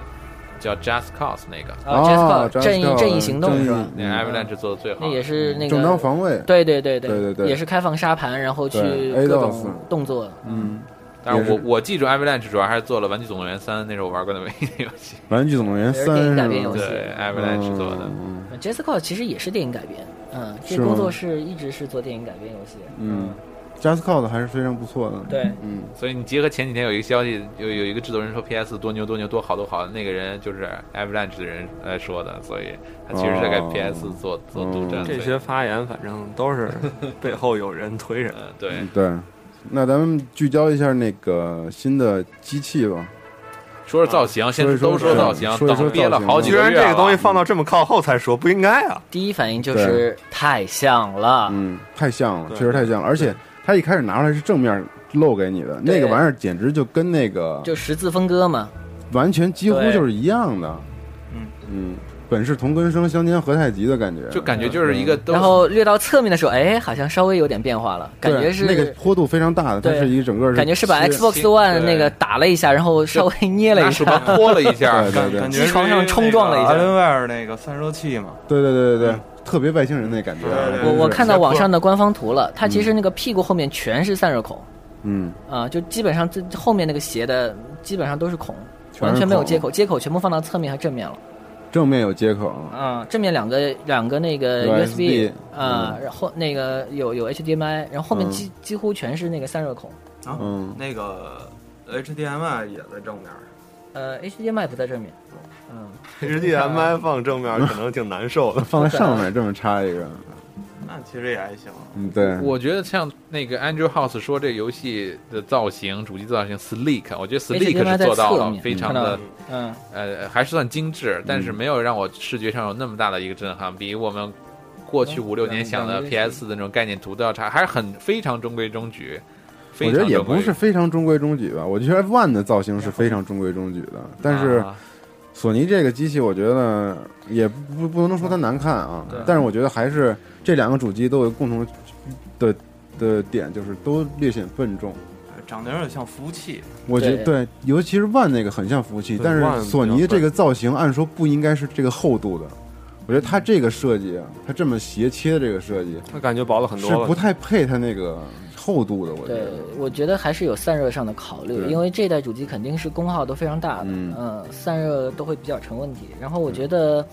Speaker 11: 叫 Just Cause 那个，
Speaker 6: 啊 j e s c o 正义正义行动是吧？
Speaker 11: 那
Speaker 10: 嗯
Speaker 11: Avalanche 做的最好，
Speaker 6: 那也是那个
Speaker 10: 啊正当防卫，
Speaker 6: 对对对对
Speaker 10: 对对对
Speaker 6: 也是开放沙盘，然后去
Speaker 10: 对
Speaker 6: 各
Speaker 10: ADOS
Speaker 6: 种动作。
Speaker 10: 嗯，
Speaker 11: 但是我
Speaker 10: 也是
Speaker 11: 我记住 Avalanche 主要还是做了《玩具总动员三》，那是我玩过的唯一的游
Speaker 10: (laughs)
Speaker 11: 戏。
Speaker 10: 《玩具总动员
Speaker 6: 也是
Speaker 10: 三》
Speaker 6: 电影
Speaker 10: 是
Speaker 6: 改
Speaker 10: 吧？
Speaker 6: 编游戏
Speaker 11: 对，Avalanche 做的。
Speaker 10: 嗯
Speaker 6: Jessica 其实也是电影改编，嗯，这
Speaker 10: 是吗
Speaker 6: 工作室一直是做电影改编游戏，
Speaker 10: 嗯 j a s c o 的还是非常不错的。
Speaker 6: 对
Speaker 10: 嗯，
Speaker 11: 所以你结合前几天有一个消息，有有一个制作人说 PS 多牛多牛多好多好，那个人就是 Avalanche 的人来说的，所以他其实是在给
Speaker 10: 哦
Speaker 11: PS 做做独占。
Speaker 10: 嗯
Speaker 11: 所以
Speaker 7: 这些发言反正都
Speaker 8: (laughs)
Speaker 7: 是背后有人推人。
Speaker 11: 呃对，
Speaker 10: 对。那咱们聚焦一下那个新的机器吧。
Speaker 11: 说是造型，
Speaker 7: 嗯
Speaker 11: 现在
Speaker 10: 说
Speaker 11: 都说
Speaker 10: 一说
Speaker 11: 造型，
Speaker 10: 说一说
Speaker 11: 等憋了
Speaker 10: 造型
Speaker 11: 好几
Speaker 7: 居
Speaker 11: 个
Speaker 7: 然
Speaker 11: 月
Speaker 7: 这个东
Speaker 8: 嗯
Speaker 7: 西
Speaker 11: 了。
Speaker 7: 放到这么靠后才说，不应该啊！
Speaker 6: 第一反应就是太像了，
Speaker 10: 嗯，太像了，
Speaker 7: 对
Speaker 10: 确实太像了。而且它一开始拿出来是正面露给你的，
Speaker 6: 对
Speaker 10: 那个玩意儿简直就跟那个
Speaker 6: 就十字分割嘛，
Speaker 10: 完全几乎
Speaker 6: 对
Speaker 10: 就是一样的。
Speaker 8: 嗯
Speaker 10: 嗯，本是同根生，相煎何太急的感觉，
Speaker 11: 就感觉就是一个都
Speaker 6: 然后略到侧面的时候，哎，好像稍微有点变化了，感
Speaker 10: 对
Speaker 6: 觉是
Speaker 10: 那个坡度非常大的，它
Speaker 6: 对
Speaker 10: 是一个整个
Speaker 6: 感觉是把 Xbox
Speaker 11: 切
Speaker 6: One
Speaker 11: 对
Speaker 6: 那个打了一下，然后稍微捏了
Speaker 11: 拿
Speaker 6: 一
Speaker 11: 手把
Speaker 6: 下，
Speaker 11: 拖了一
Speaker 6: (laughs)
Speaker 11: 下
Speaker 10: 对，
Speaker 8: 感
Speaker 10: 对
Speaker 8: 感觉
Speaker 6: 机床上冲撞了一下
Speaker 8: 艾伦威尔那个散热器嘛，
Speaker 10: 对对对对对，特别外星人那感觉。
Speaker 8: 对对对
Speaker 6: 我
Speaker 10: 真
Speaker 6: 我
Speaker 10: 是
Speaker 6: 看到网上的官方图了，它其实那个屁股后面全是散热孔，
Speaker 10: 嗯，
Speaker 6: 啊，就基本上最后面那个斜的基本上都是孔，
Speaker 10: 全是
Speaker 6: 完全没有接口，
Speaker 10: 孔
Speaker 6: 接口全部放到侧面和正面了。
Speaker 10: 正面有接口，
Speaker 6: 啊，正面两个两个那个
Speaker 10: USB
Speaker 6: USB 啊，
Speaker 10: 嗯
Speaker 6: 然后那个有有 HDMI，然后后面几几乎全是那个散热孔。
Speaker 8: 啊，
Speaker 10: 嗯
Speaker 8: 那个 HDMI 也在正面儿。
Speaker 6: 呃，HDMI 不在正面，嗯，
Speaker 7: (laughs) HDMI 放正面可能挺难受的，
Speaker 10: 放在上面这么插一个，
Speaker 8: 那其实也还行。
Speaker 10: 嗯，对，
Speaker 11: 我觉得像那个 Andrew House 说这游戏的造型，主机造型 sleek，我觉得
Speaker 6: HDMI
Speaker 11: sleek 是做
Speaker 6: 在
Speaker 11: 到
Speaker 6: 侧
Speaker 11: 了
Speaker 6: 面
Speaker 11: 非常
Speaker 6: 看到
Speaker 11: 的
Speaker 6: 了嗯，
Speaker 11: 呃，还是算精致，但是没有让我视觉上有那么大的一个震撼，比我们过去
Speaker 6: 嗯
Speaker 11: 五六年想的
Speaker 6: 两个
Speaker 11: PS 的那种概念图都要差，还是很非常中规中矩。非
Speaker 10: 我
Speaker 11: 常
Speaker 10: 觉得也
Speaker 11: 中规
Speaker 10: 不是非常中规中矩吧。我觉得 One 的造型是非常中规中矩的，但是
Speaker 11: 啊
Speaker 10: 索尼这个机器，我觉得也不不能说它难看啊
Speaker 6: 对，
Speaker 10: 但是我觉得还是这两个主机都有共同的的点，就是都略显笨重。
Speaker 8: 对长得有点像服务器，
Speaker 10: 我觉得
Speaker 6: 对
Speaker 10: 对，尤其是 One 那个很像服务器，
Speaker 7: 对
Speaker 10: 但
Speaker 7: One
Speaker 10: 是
Speaker 7: 比较
Speaker 10: 索尼这个造型按说不应该是这个厚度的。我觉得它这个设计啊，它这么斜切的这个设计
Speaker 7: 它感觉薄了很多
Speaker 10: 是
Speaker 7: 了。
Speaker 10: 不太配它那个厚度的。我觉
Speaker 6: 对
Speaker 10: 得，，
Speaker 6: 我觉得还是有散热上的考虑，
Speaker 10: 对
Speaker 6: 因为这代主机肯定是功耗都非常大的，
Speaker 10: 嗯
Speaker 6: 嗯、散热都会比较成问题。然后我觉得，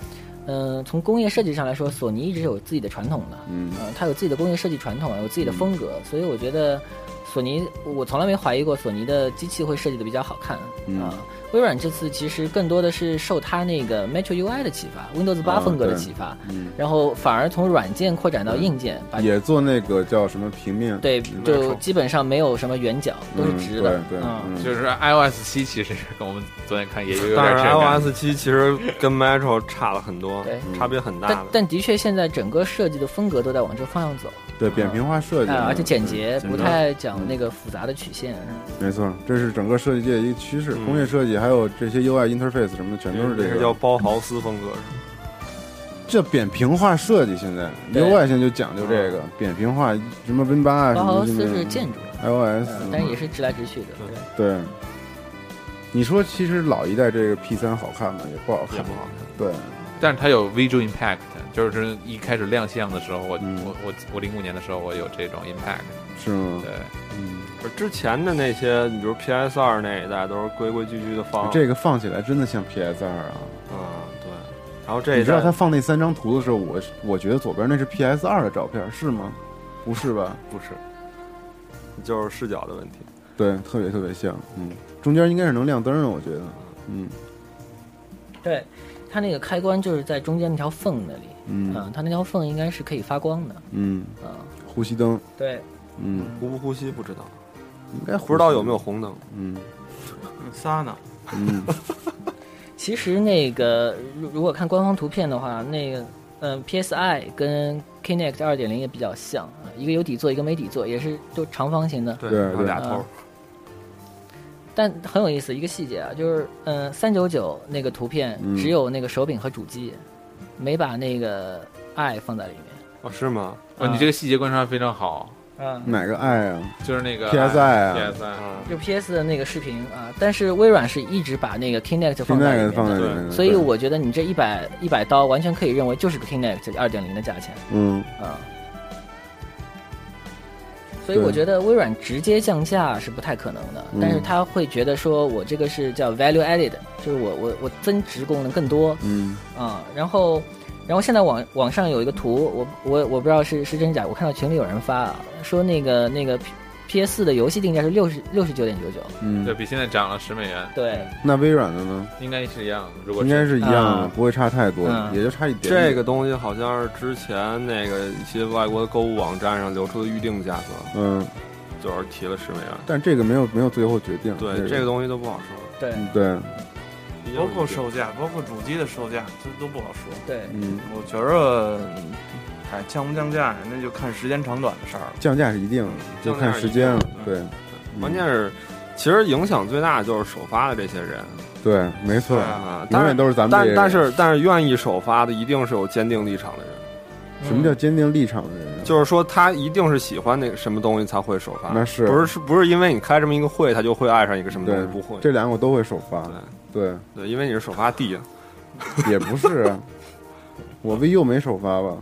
Speaker 6: 嗯、从工业设计上来说，索尼一直有自己的传统的，
Speaker 10: 嗯
Speaker 6: 嗯、它有自己的工业设计传统，有自己的风格，所以我觉得索尼，我从来没怀疑过索尼的机器会设计的比较好看啊、
Speaker 10: 嗯
Speaker 6: 微软这次其实更多的是受它那个 Metro UI 的启发，Windows
Speaker 10: 啊
Speaker 6: 八风格的
Speaker 10: 对
Speaker 6: 启发，
Speaker 10: 嗯，
Speaker 6: 然后反而从软件扩展到硬件，把
Speaker 10: 也做那个叫什么平面，
Speaker 6: 对，就
Speaker 8: 冲
Speaker 6: 基本上没有什么圆角，都是
Speaker 10: 嗯
Speaker 6: 直的。
Speaker 10: 对对，
Speaker 6: 嗯，
Speaker 11: 就是 iOS 七，其实跟我们昨天看也有点
Speaker 7: 但是
Speaker 11: 震撼
Speaker 7: iOS 七其实跟 Metro 差了很多
Speaker 6: 对，
Speaker 10: 嗯
Speaker 7: 差别很大
Speaker 6: 但
Speaker 7: 的。
Speaker 6: 但的确，现在整个设计的风格都在往这个方向走，
Speaker 10: 对扁平化设计
Speaker 6: 啊
Speaker 10: 嘛，
Speaker 6: 而且简洁，
Speaker 10: 对
Speaker 6: 不太
Speaker 10: 嗯
Speaker 6: 讲那个复杂的曲线。
Speaker 10: 没错，这是整个设计界的一个趋势，
Speaker 7: 嗯
Speaker 10: 工业设计还有这些 UI interface 什么的，全都是
Speaker 7: 这
Speaker 10: 这
Speaker 7: 是叫
Speaker 10: 个
Speaker 7: 包豪斯风格，
Speaker 10: 这扁平化设计。现在
Speaker 6: 对嗯
Speaker 10: UI 现在就讲究这个扁平化，什么 Win 八啊，什
Speaker 6: 包
Speaker 10: 么
Speaker 6: 豪
Speaker 10: 这
Speaker 6: 斯是
Speaker 10: 种
Speaker 6: 建筑，
Speaker 10: iOS，
Speaker 6: 嗯但是也是直来直去的。对
Speaker 10: 对。你说其实老一代这个 P 三好看吗？也不好
Speaker 7: 也
Speaker 10: 看
Speaker 7: 不，好看。
Speaker 10: 对，
Speaker 11: 但是它有 visual impact，就是一开始亮相的时候，我、
Speaker 10: 嗯
Speaker 11: 我我我零五年的时候我有这种 impact，
Speaker 10: 是吗？
Speaker 11: 对。
Speaker 10: 嗯，
Speaker 7: 不是之前的那些，你比如 PS 二那一代都是规规矩矩的放，
Speaker 10: 这个放起来真的像 PS 二啊！
Speaker 7: 嗯对，然后这
Speaker 10: 你
Speaker 7: 一
Speaker 10: 知道
Speaker 7: 代
Speaker 10: 他放那三张图的时候，我我觉得左边那是 PS 二的照片，是吗？不是吧？
Speaker 7: 不是，就是视角的问题。
Speaker 10: 对，特别特别像，嗯，中间应该是能亮灯的，我觉得，嗯
Speaker 6: 对，它那个开关就是在中间那条缝那里，
Speaker 10: 嗯
Speaker 6: 嗯，它那条缝应该是可以发光的，
Speaker 10: 嗯，
Speaker 6: 嗯，
Speaker 10: 呼吸灯，
Speaker 6: 对，
Speaker 10: 嗯，
Speaker 7: 呼不呼吸不知道，
Speaker 10: 应该呼吸
Speaker 7: 不知道有没有，红灯。
Speaker 10: 嗯
Speaker 8: 嗯仨呢，
Speaker 10: 嗯，
Speaker 6: 其实那个如如果看官方图片的话，那个嗯 PSI 跟 Kinect 二点零也比较像，啊一个有底座，一个没底座，也是就长方形的。
Speaker 7: 对
Speaker 10: 对
Speaker 7: 然后
Speaker 10: 对
Speaker 7: 俩头
Speaker 6: 嗯，但很有意思一个细节啊，就是嗯三九九那个图片
Speaker 10: 嗯
Speaker 6: 只有那个手柄和主机，没把那个 i 放在里面。
Speaker 7: 哦是吗？
Speaker 11: 哦，你这个细节观察非常好，
Speaker 6: 嗯，
Speaker 10: 哪个爱啊
Speaker 11: 就是那个
Speaker 10: ？PSI 啊
Speaker 11: PS
Speaker 7: 嗯，
Speaker 6: 就 PS 的那个视频啊，但是微软是一直把那个 Kinect 放在里
Speaker 10: ，Kinect
Speaker 6: 面
Speaker 10: 放在
Speaker 6: 的。
Speaker 10: 里面的，
Speaker 6: 所以
Speaker 10: 嗯对
Speaker 6: 我觉得你这一百一百刀完全可以认为就是 Kinect 二点零的价钱。
Speaker 10: 嗯，
Speaker 6: 啊。所以我
Speaker 10: 对
Speaker 6: 觉得微软直接降价是不太可能的，
Speaker 10: 嗯
Speaker 6: 但是他会觉得说我这个是叫 value added，就是我我我增值功能更多
Speaker 10: 嗯
Speaker 6: 啊、然后，然后现在网网上有一个图，我我我不知道是是真假，我看到群里有人发啊，说那个那个 P S 4的游戏定价是六十六十九点九九，
Speaker 11: 对
Speaker 10: 嗯，
Speaker 11: 比现在涨了十美元，
Speaker 6: 对，
Speaker 10: 那微软的呢？
Speaker 11: 应该是一样的。如果
Speaker 10: 应该是一样的，
Speaker 6: 啊
Speaker 10: 不会差太多
Speaker 6: 嗯，
Speaker 10: 也就差一点点。
Speaker 7: 这个东西好像是之前那个一些外国的购物网站上流出的预定价格，
Speaker 10: 嗯，
Speaker 7: 就是提了十美元。
Speaker 10: 但这个没有没有最后决定，
Speaker 7: 对，这个东西都不好说，
Speaker 6: 对
Speaker 10: 嗯对，
Speaker 8: 包括售价，包括主机的售价，这都不好说。
Speaker 6: 对，
Speaker 10: 嗯，
Speaker 8: 我觉着，嗯哎，降不降价，那就看时间长短的事儿了。
Speaker 10: 降价是一定的，就
Speaker 7: 降价
Speaker 10: 看
Speaker 7: 是
Speaker 10: 时
Speaker 7: 一定
Speaker 10: 间了
Speaker 7: 的，
Speaker 10: 对，嗯
Speaker 7: 关键是，其实影响最大的就是首发的这些人
Speaker 10: 对，没错，
Speaker 7: 啊，
Speaker 10: 永
Speaker 7: 当
Speaker 10: 远
Speaker 7: 然。
Speaker 10: 都是咱们这
Speaker 7: 但
Speaker 10: 些
Speaker 7: 但
Speaker 10: 人
Speaker 7: 是但是愿意首发的一定是有坚定立场的人，
Speaker 6: 嗯
Speaker 10: 什么叫坚定立场的人啊？
Speaker 7: 就是说他一定是喜欢那个什么东西才会首发，
Speaker 10: 那是
Speaker 7: 不是是不是因为你开这么一个会他就会爱上一个什么东
Speaker 10: 对
Speaker 7: 西？不会，
Speaker 10: 这两个我都会首发，对，
Speaker 7: 对，因为你是首发啊地
Speaker 10: 也不是啊，我 VU 没首发吧？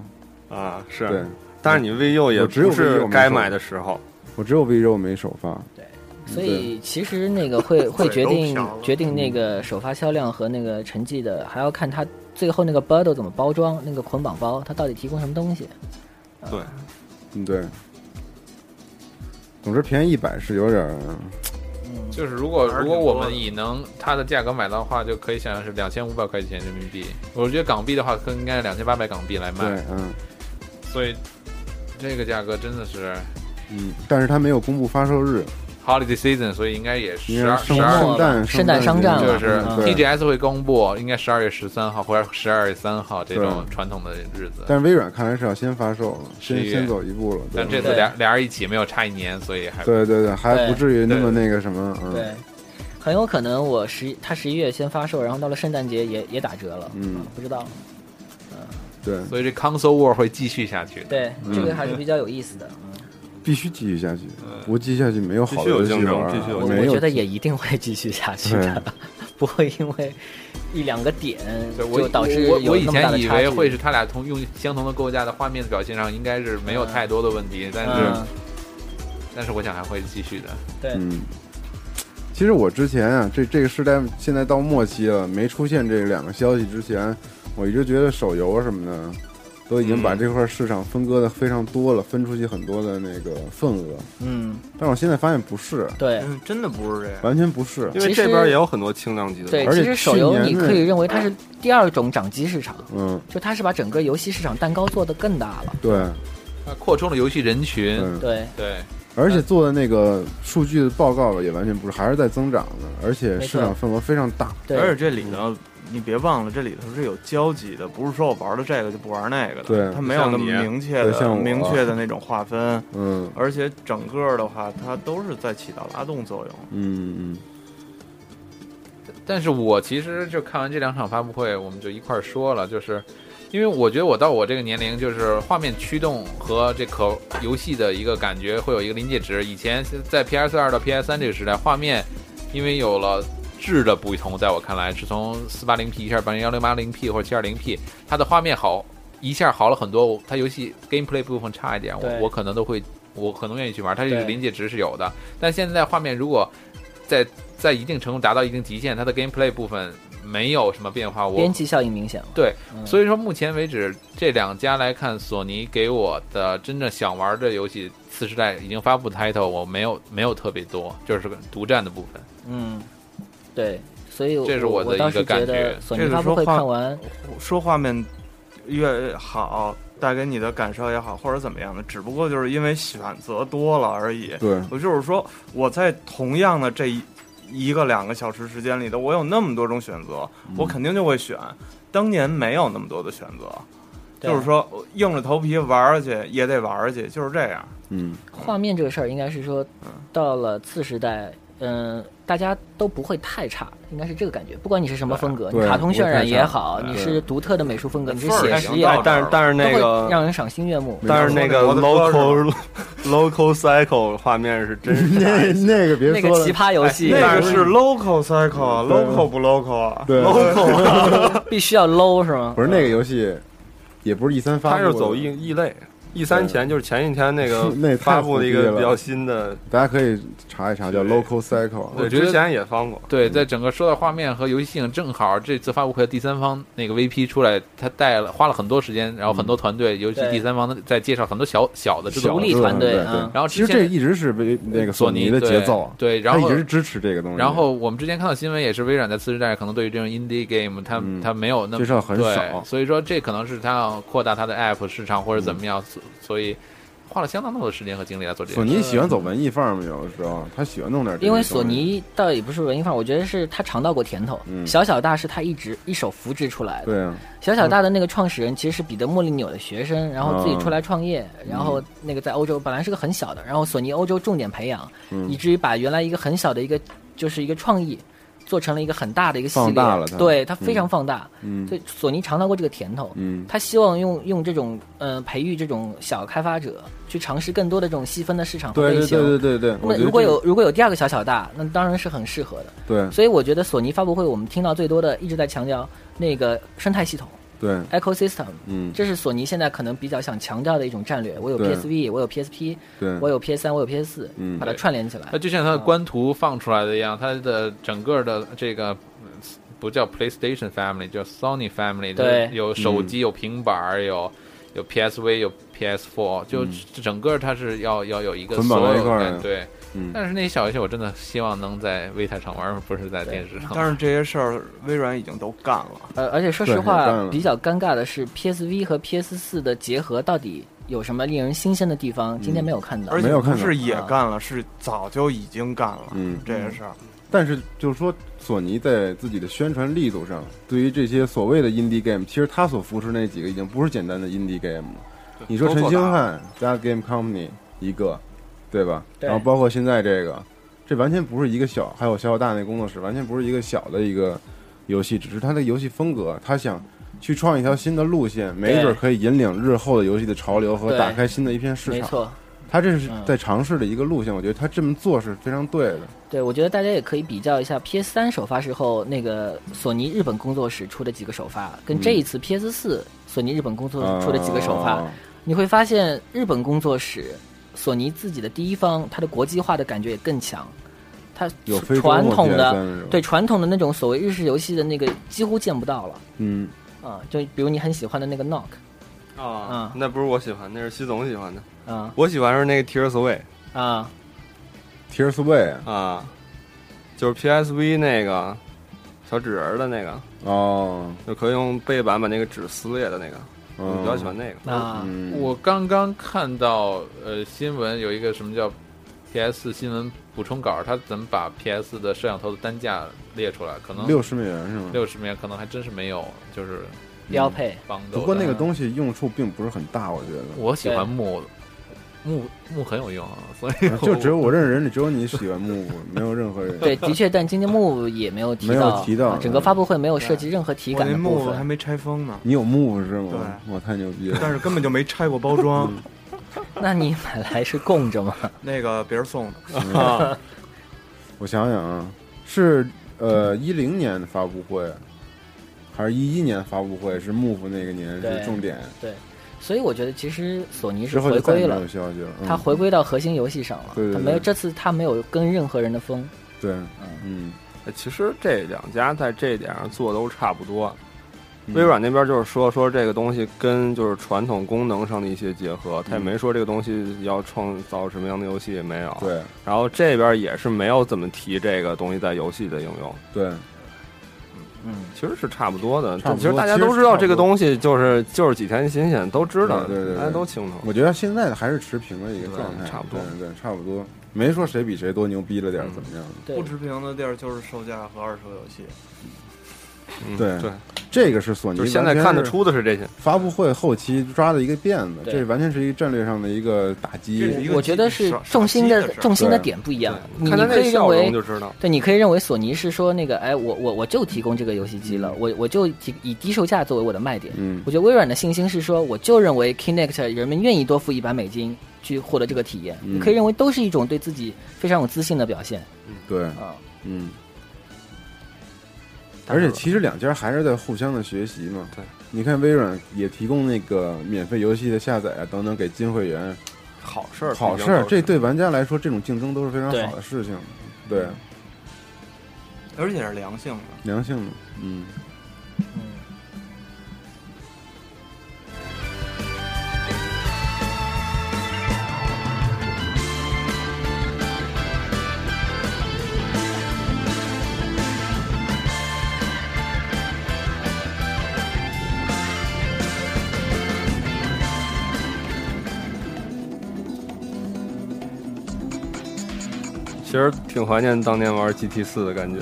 Speaker 7: 啊，
Speaker 10: 对
Speaker 7: 是，，但是你 VU 也
Speaker 10: 我只有
Speaker 7: 不
Speaker 10: VU 没
Speaker 7: 是
Speaker 10: 首
Speaker 7: 该买的时候，
Speaker 10: 我只有 VU 没首发，
Speaker 11: 嗯
Speaker 6: 所以其实那个
Speaker 11: (laughs)
Speaker 6: 会会决
Speaker 12: 嘴都
Speaker 6: 定
Speaker 12: 瓢了
Speaker 6: 决定那
Speaker 11: 嗯
Speaker 6: 个首发销量和那个成绩的，还要看它最后那个 bundle 怎么包装，那个捆绑包它到底提供什么东西。
Speaker 7: 对，
Speaker 10: 嗯对。总之便宜一百是有点儿，
Speaker 11: 就是如果如果我们以能它的价格买到的话，就可以想象是两千五百块钱人民币。我觉得港币的话，更应该两千八百港币来
Speaker 10: 对
Speaker 11: 卖。，
Speaker 10: 嗯
Speaker 11: 所以这个价格真的是
Speaker 10: 嗯，但是它没有公布发售日，
Speaker 11: holiday season，所以应该也
Speaker 10: 应
Speaker 11: 十
Speaker 10: 该
Speaker 11: 二
Speaker 10: 是
Speaker 11: 十二
Speaker 10: 圣诞圣诞圣诞商战
Speaker 11: 就
Speaker 10: 了
Speaker 11: 是
Speaker 10: 嗯对
Speaker 11: TGS 会公布，应该十二月十三号或者十二月三号这种
Speaker 10: 对
Speaker 11: 传统的日子。
Speaker 10: 但是微软看来是要先发售了，
Speaker 11: 11
Speaker 10: 先
Speaker 11: 月
Speaker 10: 先走一步了。对
Speaker 11: 但这次俩俩人一起没有差一年，所以还
Speaker 10: 对对对，还不至于那么
Speaker 11: 对
Speaker 10: 那个什么，嗯，
Speaker 6: 对，很有可能我十它十一月先发售，然后到了圣诞节也也打折了，啊
Speaker 10: 嗯，
Speaker 6: 不知道。
Speaker 10: 对，
Speaker 11: 所以这 console war 会继续下去。
Speaker 6: 对，
Speaker 10: 嗯
Speaker 6: 这个还是比较有意思的。
Speaker 11: 嗯
Speaker 10: 必须继续下去，不继续下去没有好
Speaker 6: 嗯必
Speaker 10: 的
Speaker 6: 须有
Speaker 10: 游戏
Speaker 6: 竞争
Speaker 10: 玩儿
Speaker 6: 必须有
Speaker 10: 啊，
Speaker 6: 竞争
Speaker 10: 没有
Speaker 6: 我觉得也一定会继续下去的
Speaker 10: 对
Speaker 6: (laughs) 不会因为一两个点
Speaker 11: 我
Speaker 6: 就导致
Speaker 11: 我我
Speaker 6: 有
Speaker 11: 以
Speaker 6: 那么大
Speaker 11: 前
Speaker 6: 的
Speaker 11: 以
Speaker 6: 差距。
Speaker 11: 为会是他俩同用相同的构架在画面的表现上应该是没有太多的问题，但是、
Speaker 6: 嗯
Speaker 11: 但是我想还会继续的。
Speaker 6: 对
Speaker 10: 嗯，其实我之前啊，这这个时代现在到末期了，没出现这两个消息之前，我一直觉得手游什么的都已经
Speaker 6: 嗯
Speaker 10: 把这块市场分割的非常多了，分出去很多的那个份额。
Speaker 6: 嗯，
Speaker 10: 但我现在发现不是，
Speaker 11: 嗯
Speaker 6: 对，
Speaker 8: 嗯
Speaker 7: 真的不是这样，
Speaker 10: 完全不是，
Speaker 7: 因为这边也有很多轻量级的，
Speaker 6: 对，
Speaker 10: 而
Speaker 6: 其
Speaker 10: 且
Speaker 6: 实手
Speaker 10: 去
Speaker 6: 游
Speaker 10: 年
Speaker 6: 你
Speaker 10: 那
Speaker 6: 可以认为它是第二种掌机市场，
Speaker 10: 嗯，
Speaker 6: 就它是把整个游戏市场蛋糕做得更大了。
Speaker 10: 对，
Speaker 11: 它扩充了游戏人群，
Speaker 10: 嗯
Speaker 6: 对
Speaker 11: 对，
Speaker 10: 而且做的那个数据的报告吧，也完全不是，还是在增长的，而且
Speaker 8: 没
Speaker 10: 市
Speaker 8: 错
Speaker 10: 场份额非常大。
Speaker 8: 而且这里头你别忘了，这里头是有交集的，不是说我玩了这个就不玩那个的，
Speaker 10: 对
Speaker 8: 它没有那么明确
Speaker 10: 对像
Speaker 8: 的
Speaker 10: 我啊
Speaker 8: 明确的那种划分，
Speaker 10: 嗯
Speaker 8: 而且整个的话，它都是在起到拉动作用。
Speaker 10: 嗯嗯
Speaker 11: 但是我其实就看完这两场发布会，我们就一块儿说了，就是因为我觉得我到我这个年龄，就是画面驱动和这可游戏的一个感觉会有一个临界值。以前在 PS 二到 PS 三这个时代，画面因为有了质的不同，在我看来是从四八零 P 一下变成幺零八零 P 或者七二零 P，它的画面好一下好了很多，它游戏 gameplay 部分差一点，我
Speaker 2: 对
Speaker 11: 我可能都会。我可能愿意去玩，它这个
Speaker 2: 对
Speaker 11: 临界值是有的，但现在画面如果在在一定程度达到一定极限，它的 gameplay 部分没有什么变化。我
Speaker 6: 边际效应明显了。
Speaker 11: 对，
Speaker 6: 嗯
Speaker 11: 所以说目前为止这两家来看，索尼给我的真正想玩的游戏，次时代已经发布 title，我没有没有特别多，就是个独占的部分。
Speaker 6: 嗯，对，所以我
Speaker 11: 这是
Speaker 6: 我
Speaker 11: 的
Speaker 6: 倒
Speaker 11: 一
Speaker 6: 是
Speaker 11: 个感
Speaker 6: 觉
Speaker 11: 觉
Speaker 6: 得。索尼发布会看完，
Speaker 8: 说画面越好，带给你的感受也好，或者怎么样的，只不过就是因为选择多了而已。
Speaker 10: 对
Speaker 8: 我就是说，我在同样的这一一个两个小时时间里头，我有那么多种选择，我肯定就会选。当年没有那么多的选择，
Speaker 6: 对
Speaker 8: 就是说硬着头皮玩儿去也得玩儿去，就是这样。
Speaker 10: 嗯，
Speaker 6: 画面这个事儿，应该是说到了次时代，嗯、大家都不会太差，应该是这个感觉。不管你是什么风格，你
Speaker 7: 对
Speaker 6: 卡通渲染也好，
Speaker 7: 不会
Speaker 6: 你
Speaker 7: 太差
Speaker 6: 是独特的美术风格，你是
Speaker 7: 缝儿
Speaker 6: 写
Speaker 7: 也
Speaker 6: 实
Speaker 7: 行
Speaker 6: 也好，
Speaker 7: 但是但是那个
Speaker 6: 都会让人赏心悦目。
Speaker 7: 但是那个 local local cycle 画面是真
Speaker 11: 嗯
Speaker 7: 是
Speaker 10: 那那个别
Speaker 6: 那个
Speaker 7: 说了
Speaker 6: 奇葩游戏，
Speaker 7: 哎那个
Speaker 8: 是 local cycle 啊，local 不 local 啊
Speaker 10: 对
Speaker 8: ？local 啊
Speaker 6: 必须要 low 是吗？
Speaker 10: 不是那个游戏，也不是 E 三发
Speaker 7: 它
Speaker 10: 布的，
Speaker 7: 是走异异类。E 三前就是前一天那
Speaker 10: (laughs) 那
Speaker 7: 个
Speaker 10: 太
Speaker 7: 发布的一
Speaker 10: 虎逼
Speaker 7: 个
Speaker 10: 了
Speaker 7: 比较新的，
Speaker 10: 大家可以查一查，叫 Local Cycle。
Speaker 11: 我觉得
Speaker 7: 呃之前也翻过。嗯
Speaker 11: 对，在整个说到画面和游戏性，正好这次发布会的第三方那个 VP 出来，他带了花了很多时间，然后很多团队，尤其
Speaker 6: 嗯对
Speaker 11: 第三方的在介绍很多小小的制作
Speaker 10: 小
Speaker 11: 公司
Speaker 10: 众的对对
Speaker 11: 啊然后
Speaker 10: 其实
Speaker 11: 之前
Speaker 10: 这一直是微那个
Speaker 11: 索
Speaker 10: 尼
Speaker 11: 尼
Speaker 10: 的
Speaker 11: 对
Speaker 10: 节
Speaker 7: 啊
Speaker 10: 奏，啊
Speaker 11: 对然后
Speaker 10: 它一直支持这个东西，
Speaker 11: 然后我们之前看到新闻也是，微软在次世代可能对于这种 indie game，它、它没有那
Speaker 10: 嗯介
Speaker 11: 么
Speaker 10: 绍很
Speaker 11: 对
Speaker 10: 少
Speaker 11: 所以说这可能是它要扩大它的 app 市场或者怎么样，所所以花了相当多的时间和精力来做这个。
Speaker 10: 索尼喜欢走文艺范儿嘛，有的时候他喜欢弄点这
Speaker 6: 因为
Speaker 10: 种
Speaker 6: 索尼倒也不是文艺范儿，我觉得是他尝到过甜头。
Speaker 10: 嗯
Speaker 6: 小小大是他一直一手扶植出来的。
Speaker 10: 对啊，
Speaker 6: 小小大的那个创始人其实是彼得莫利纽的学生，然后自己出
Speaker 10: 嗯
Speaker 6: 来创业，然后那个在欧洲本来是个很小的，然后索尼欧洲重点培养，
Speaker 10: 嗯
Speaker 6: 以至于把原来一个很小的一个就是一个创意，做成了一个很大的一个系列，
Speaker 10: 放大了它
Speaker 6: 对它非常放大。
Speaker 10: 嗯
Speaker 6: 所以索尼尝到过这个甜头，
Speaker 10: 嗯
Speaker 6: 他希望用用这种呃培育这种小开发者，去尝试更多的这种细分的市场和
Speaker 10: 对
Speaker 6: 类
Speaker 10: 对
Speaker 6: 型。
Speaker 10: 对对对对，
Speaker 6: 那
Speaker 10: 我觉得
Speaker 6: 如果
Speaker 10: 这个嗯
Speaker 6: 有如果有第二个小小大，那当然是很适合的。
Speaker 10: 对
Speaker 6: 所以我觉得索尼发布会我们听到最多的一直在强调那个生态系统，
Speaker 10: 对
Speaker 6: ecosystem，
Speaker 10: 嗯
Speaker 6: 这是索尼现在可能比较想强调的一种战略。我有
Speaker 11: 对
Speaker 6: PSV，我有 PSP，
Speaker 10: 嗯
Speaker 11: 对
Speaker 6: 我有 PS 三，我有 PS 四，
Speaker 11: 嗯
Speaker 6: 把它串联起来。
Speaker 11: 那就像它的官图放出来的一样，它的整个的这个嗯不叫 PlayStation Family，叫 Sony
Speaker 6: 对
Speaker 11: Family，就是有手机、有平板儿、有有 PSV、有 PS4，就
Speaker 10: 嗯
Speaker 11: 整个它是要要有一个
Speaker 10: 捆绑
Speaker 11: 所
Speaker 10: 在
Speaker 11: 有
Speaker 10: 一块儿
Speaker 11: 的
Speaker 10: 的
Speaker 11: 对。
Speaker 10: 嗯
Speaker 11: 但是那些小游戏，我真的希望能在微台上玩儿，不是在电视上。 (laughs)
Speaker 8: 但是这些事儿微软已经都干了。
Speaker 6: 呃，而且说
Speaker 11: 对
Speaker 6: 实
Speaker 11: 有
Speaker 6: 话
Speaker 11: 办法，
Speaker 6: 比较尴尬的是 PSV 和 PS 四的结合到底有什么令人新鲜的地方？今天没有看啊到，
Speaker 8: 而且不是也干了，是早就已经干了。
Speaker 10: 嗯
Speaker 8: 这个事儿，
Speaker 10: 但是就是说，索尼在自己的宣传力度上，对于这些所谓的 indie game，其实它所扶持那几个已经不是简单的 indie game 了。你说陈星汉加 Game Company 一个，对吧？
Speaker 6: 对
Speaker 10: 然后包括现在这个，这完全不是一个小，还有小小大那工作室，完全不是一个小的一个游戏，只是它的游戏风格，他想去创一条新的路线，没准可以引领日后的游戏的潮流和
Speaker 6: 对
Speaker 10: 打开新的一片市场。
Speaker 6: 没错，
Speaker 10: 他这是
Speaker 6: 嗯
Speaker 10: 在尝试的一个路线，我觉得他这么做是非常对的。
Speaker 6: 对，我觉得大家也可以比较一下 PS 三首发时候那个索尼日本工作室出的几个首发，跟
Speaker 10: 嗯
Speaker 6: 这一次 PS 四索尼日本工作室出的几个首发，
Speaker 10: 啊
Speaker 6: 你会发现日本工作室索尼自己的第一方，它的国际化的感觉也更强。它
Speaker 10: 有非洲
Speaker 6: 传统
Speaker 10: 或者 PS3 是
Speaker 6: 的
Speaker 10: 吧
Speaker 6: 对传统的那种所谓日式游戏的那个几乎见不到了
Speaker 10: 嗯，
Speaker 6: 啊、就比如你很喜欢的那个 Knock，
Speaker 7: 啊，那不是我喜欢，那是西总喜欢的。
Speaker 6: 啊
Speaker 7: 我喜欢是那个 Tears Away
Speaker 6: 啊
Speaker 10: Tears Away
Speaker 7: 啊，就是 PSV 那个小纸人儿的那个，
Speaker 10: 哦，嗯
Speaker 7: 就可以用背板把那个纸撕裂的那个，我比较喜欢那个。
Speaker 6: 啊嗯
Speaker 11: 我刚刚看到呃新闻有一个什么叫 PS 新闻补充稿，它怎么把 PS 的摄像头的单价列出来？可
Speaker 7: 啊
Speaker 11: 能
Speaker 10: 60美元是吗
Speaker 11: 六十美元可能还真是没有，就是
Speaker 6: 标配
Speaker 11: 帮
Speaker 10: 不过那
Speaker 7: 啊
Speaker 10: 个东西用处并不是很大，我觉得。
Speaker 11: 我喜欢木木木很有用啊，所以
Speaker 10: 啊就只有我认识人里只有你喜欢木木，没有任何人。
Speaker 6: 对，的确，但今天幕也没有提到，
Speaker 10: 没有提到嗯
Speaker 6: 啊整个发布会没有涉及任何体
Speaker 8: 我
Speaker 6: 感
Speaker 8: 那
Speaker 6: 的部
Speaker 8: 木还
Speaker 6: 分。
Speaker 8: 没拆封呢，
Speaker 10: 你有木是吗？哇，太牛逼了！
Speaker 8: 但是根本就没拆过包装。
Speaker 7: 嗯
Speaker 6: (laughs) 那你买来是供着吗？
Speaker 8: 那个别人送
Speaker 10: 嗯
Speaker 8: 的啊，
Speaker 10: 我想想啊，是呃一零年的发布会，还是一一年的发布会？是幕府那个年
Speaker 6: 对
Speaker 10: 是重点，
Speaker 6: 对， (laughs) 所以我觉得其实索尼是
Speaker 10: 之后就
Speaker 6: 回
Speaker 10: 再也
Speaker 6: 归
Speaker 10: 没
Speaker 6: 了
Speaker 10: 有，消息了。嗯
Speaker 6: 它回归到核心游戏上了。
Speaker 10: 对对
Speaker 6: 它
Speaker 10: 对
Speaker 6: 没有这次它没有跟任何人的风。
Speaker 10: 对，嗯，
Speaker 7: 哎其实这两家在这一点上做都差不多。微软那边就是说说这个东西跟就是传统功能上的一些结合，他也
Speaker 10: 嗯
Speaker 7: 没说这个东西要创造什么样的游戏也没有。
Speaker 10: 对，
Speaker 7: 然后这边也是没有怎么提这个东西在游戏的应用。
Speaker 10: 对，
Speaker 6: 啊嗯，
Speaker 7: 其实是差不多的。
Speaker 10: 差不多
Speaker 7: 其实大家都知道这个东西就是就是几天新鲜，都知道，
Speaker 10: 对对对
Speaker 7: 大家都清楚。
Speaker 10: 我觉得现在还是持平的一个状态，
Speaker 7: 对差不多
Speaker 10: 对，对差不多，没说谁比谁多牛逼了点儿怎么样的。
Speaker 7: 嗯
Speaker 8: 不持平的地儿就是售价和二手游戏。
Speaker 10: 对
Speaker 7: 嗯对，
Speaker 10: 这个是索尼
Speaker 7: 就是现在
Speaker 10: 完全
Speaker 7: 看得出的是这些
Speaker 10: 发布会后期抓的一个辫子，
Speaker 6: 对
Speaker 10: 这完全是一个战略上的一个打击。
Speaker 6: 我觉得是重心的重心的点不一样。你
Speaker 10: 对看他那
Speaker 6: 可以认
Speaker 10: 笑
Speaker 6: 为
Speaker 10: 容就知道
Speaker 6: 对，你可以认为索尼是说那个，哎，我我我就提供这个游戏机了，我我就提以低售价作为我的卖点。
Speaker 10: 嗯
Speaker 6: 我觉得微软的信心是说，我就认为 Kinect 人们愿意多付一百美金去获得这个体验。
Speaker 10: 嗯
Speaker 6: 你可以认为都是一种对自己非常有自信的表现。
Speaker 10: 对
Speaker 6: 啊，
Speaker 10: 嗯。而且其实两家还是在互相的学习嘛。对，你看微软也提供那个免费游戏的下载啊等等给金会员，
Speaker 7: 好事儿
Speaker 10: 好
Speaker 7: 毕
Speaker 10: 事
Speaker 7: 竟
Speaker 10: 儿，
Speaker 7: 都是
Speaker 10: 这对玩家来说，这种竞争都是非常
Speaker 7: 对
Speaker 10: 好的事情。对，
Speaker 8: 而且是良性的。
Speaker 10: 良性的，嗯。
Speaker 7: 其实挺怀念当年玩 GT 四的感觉。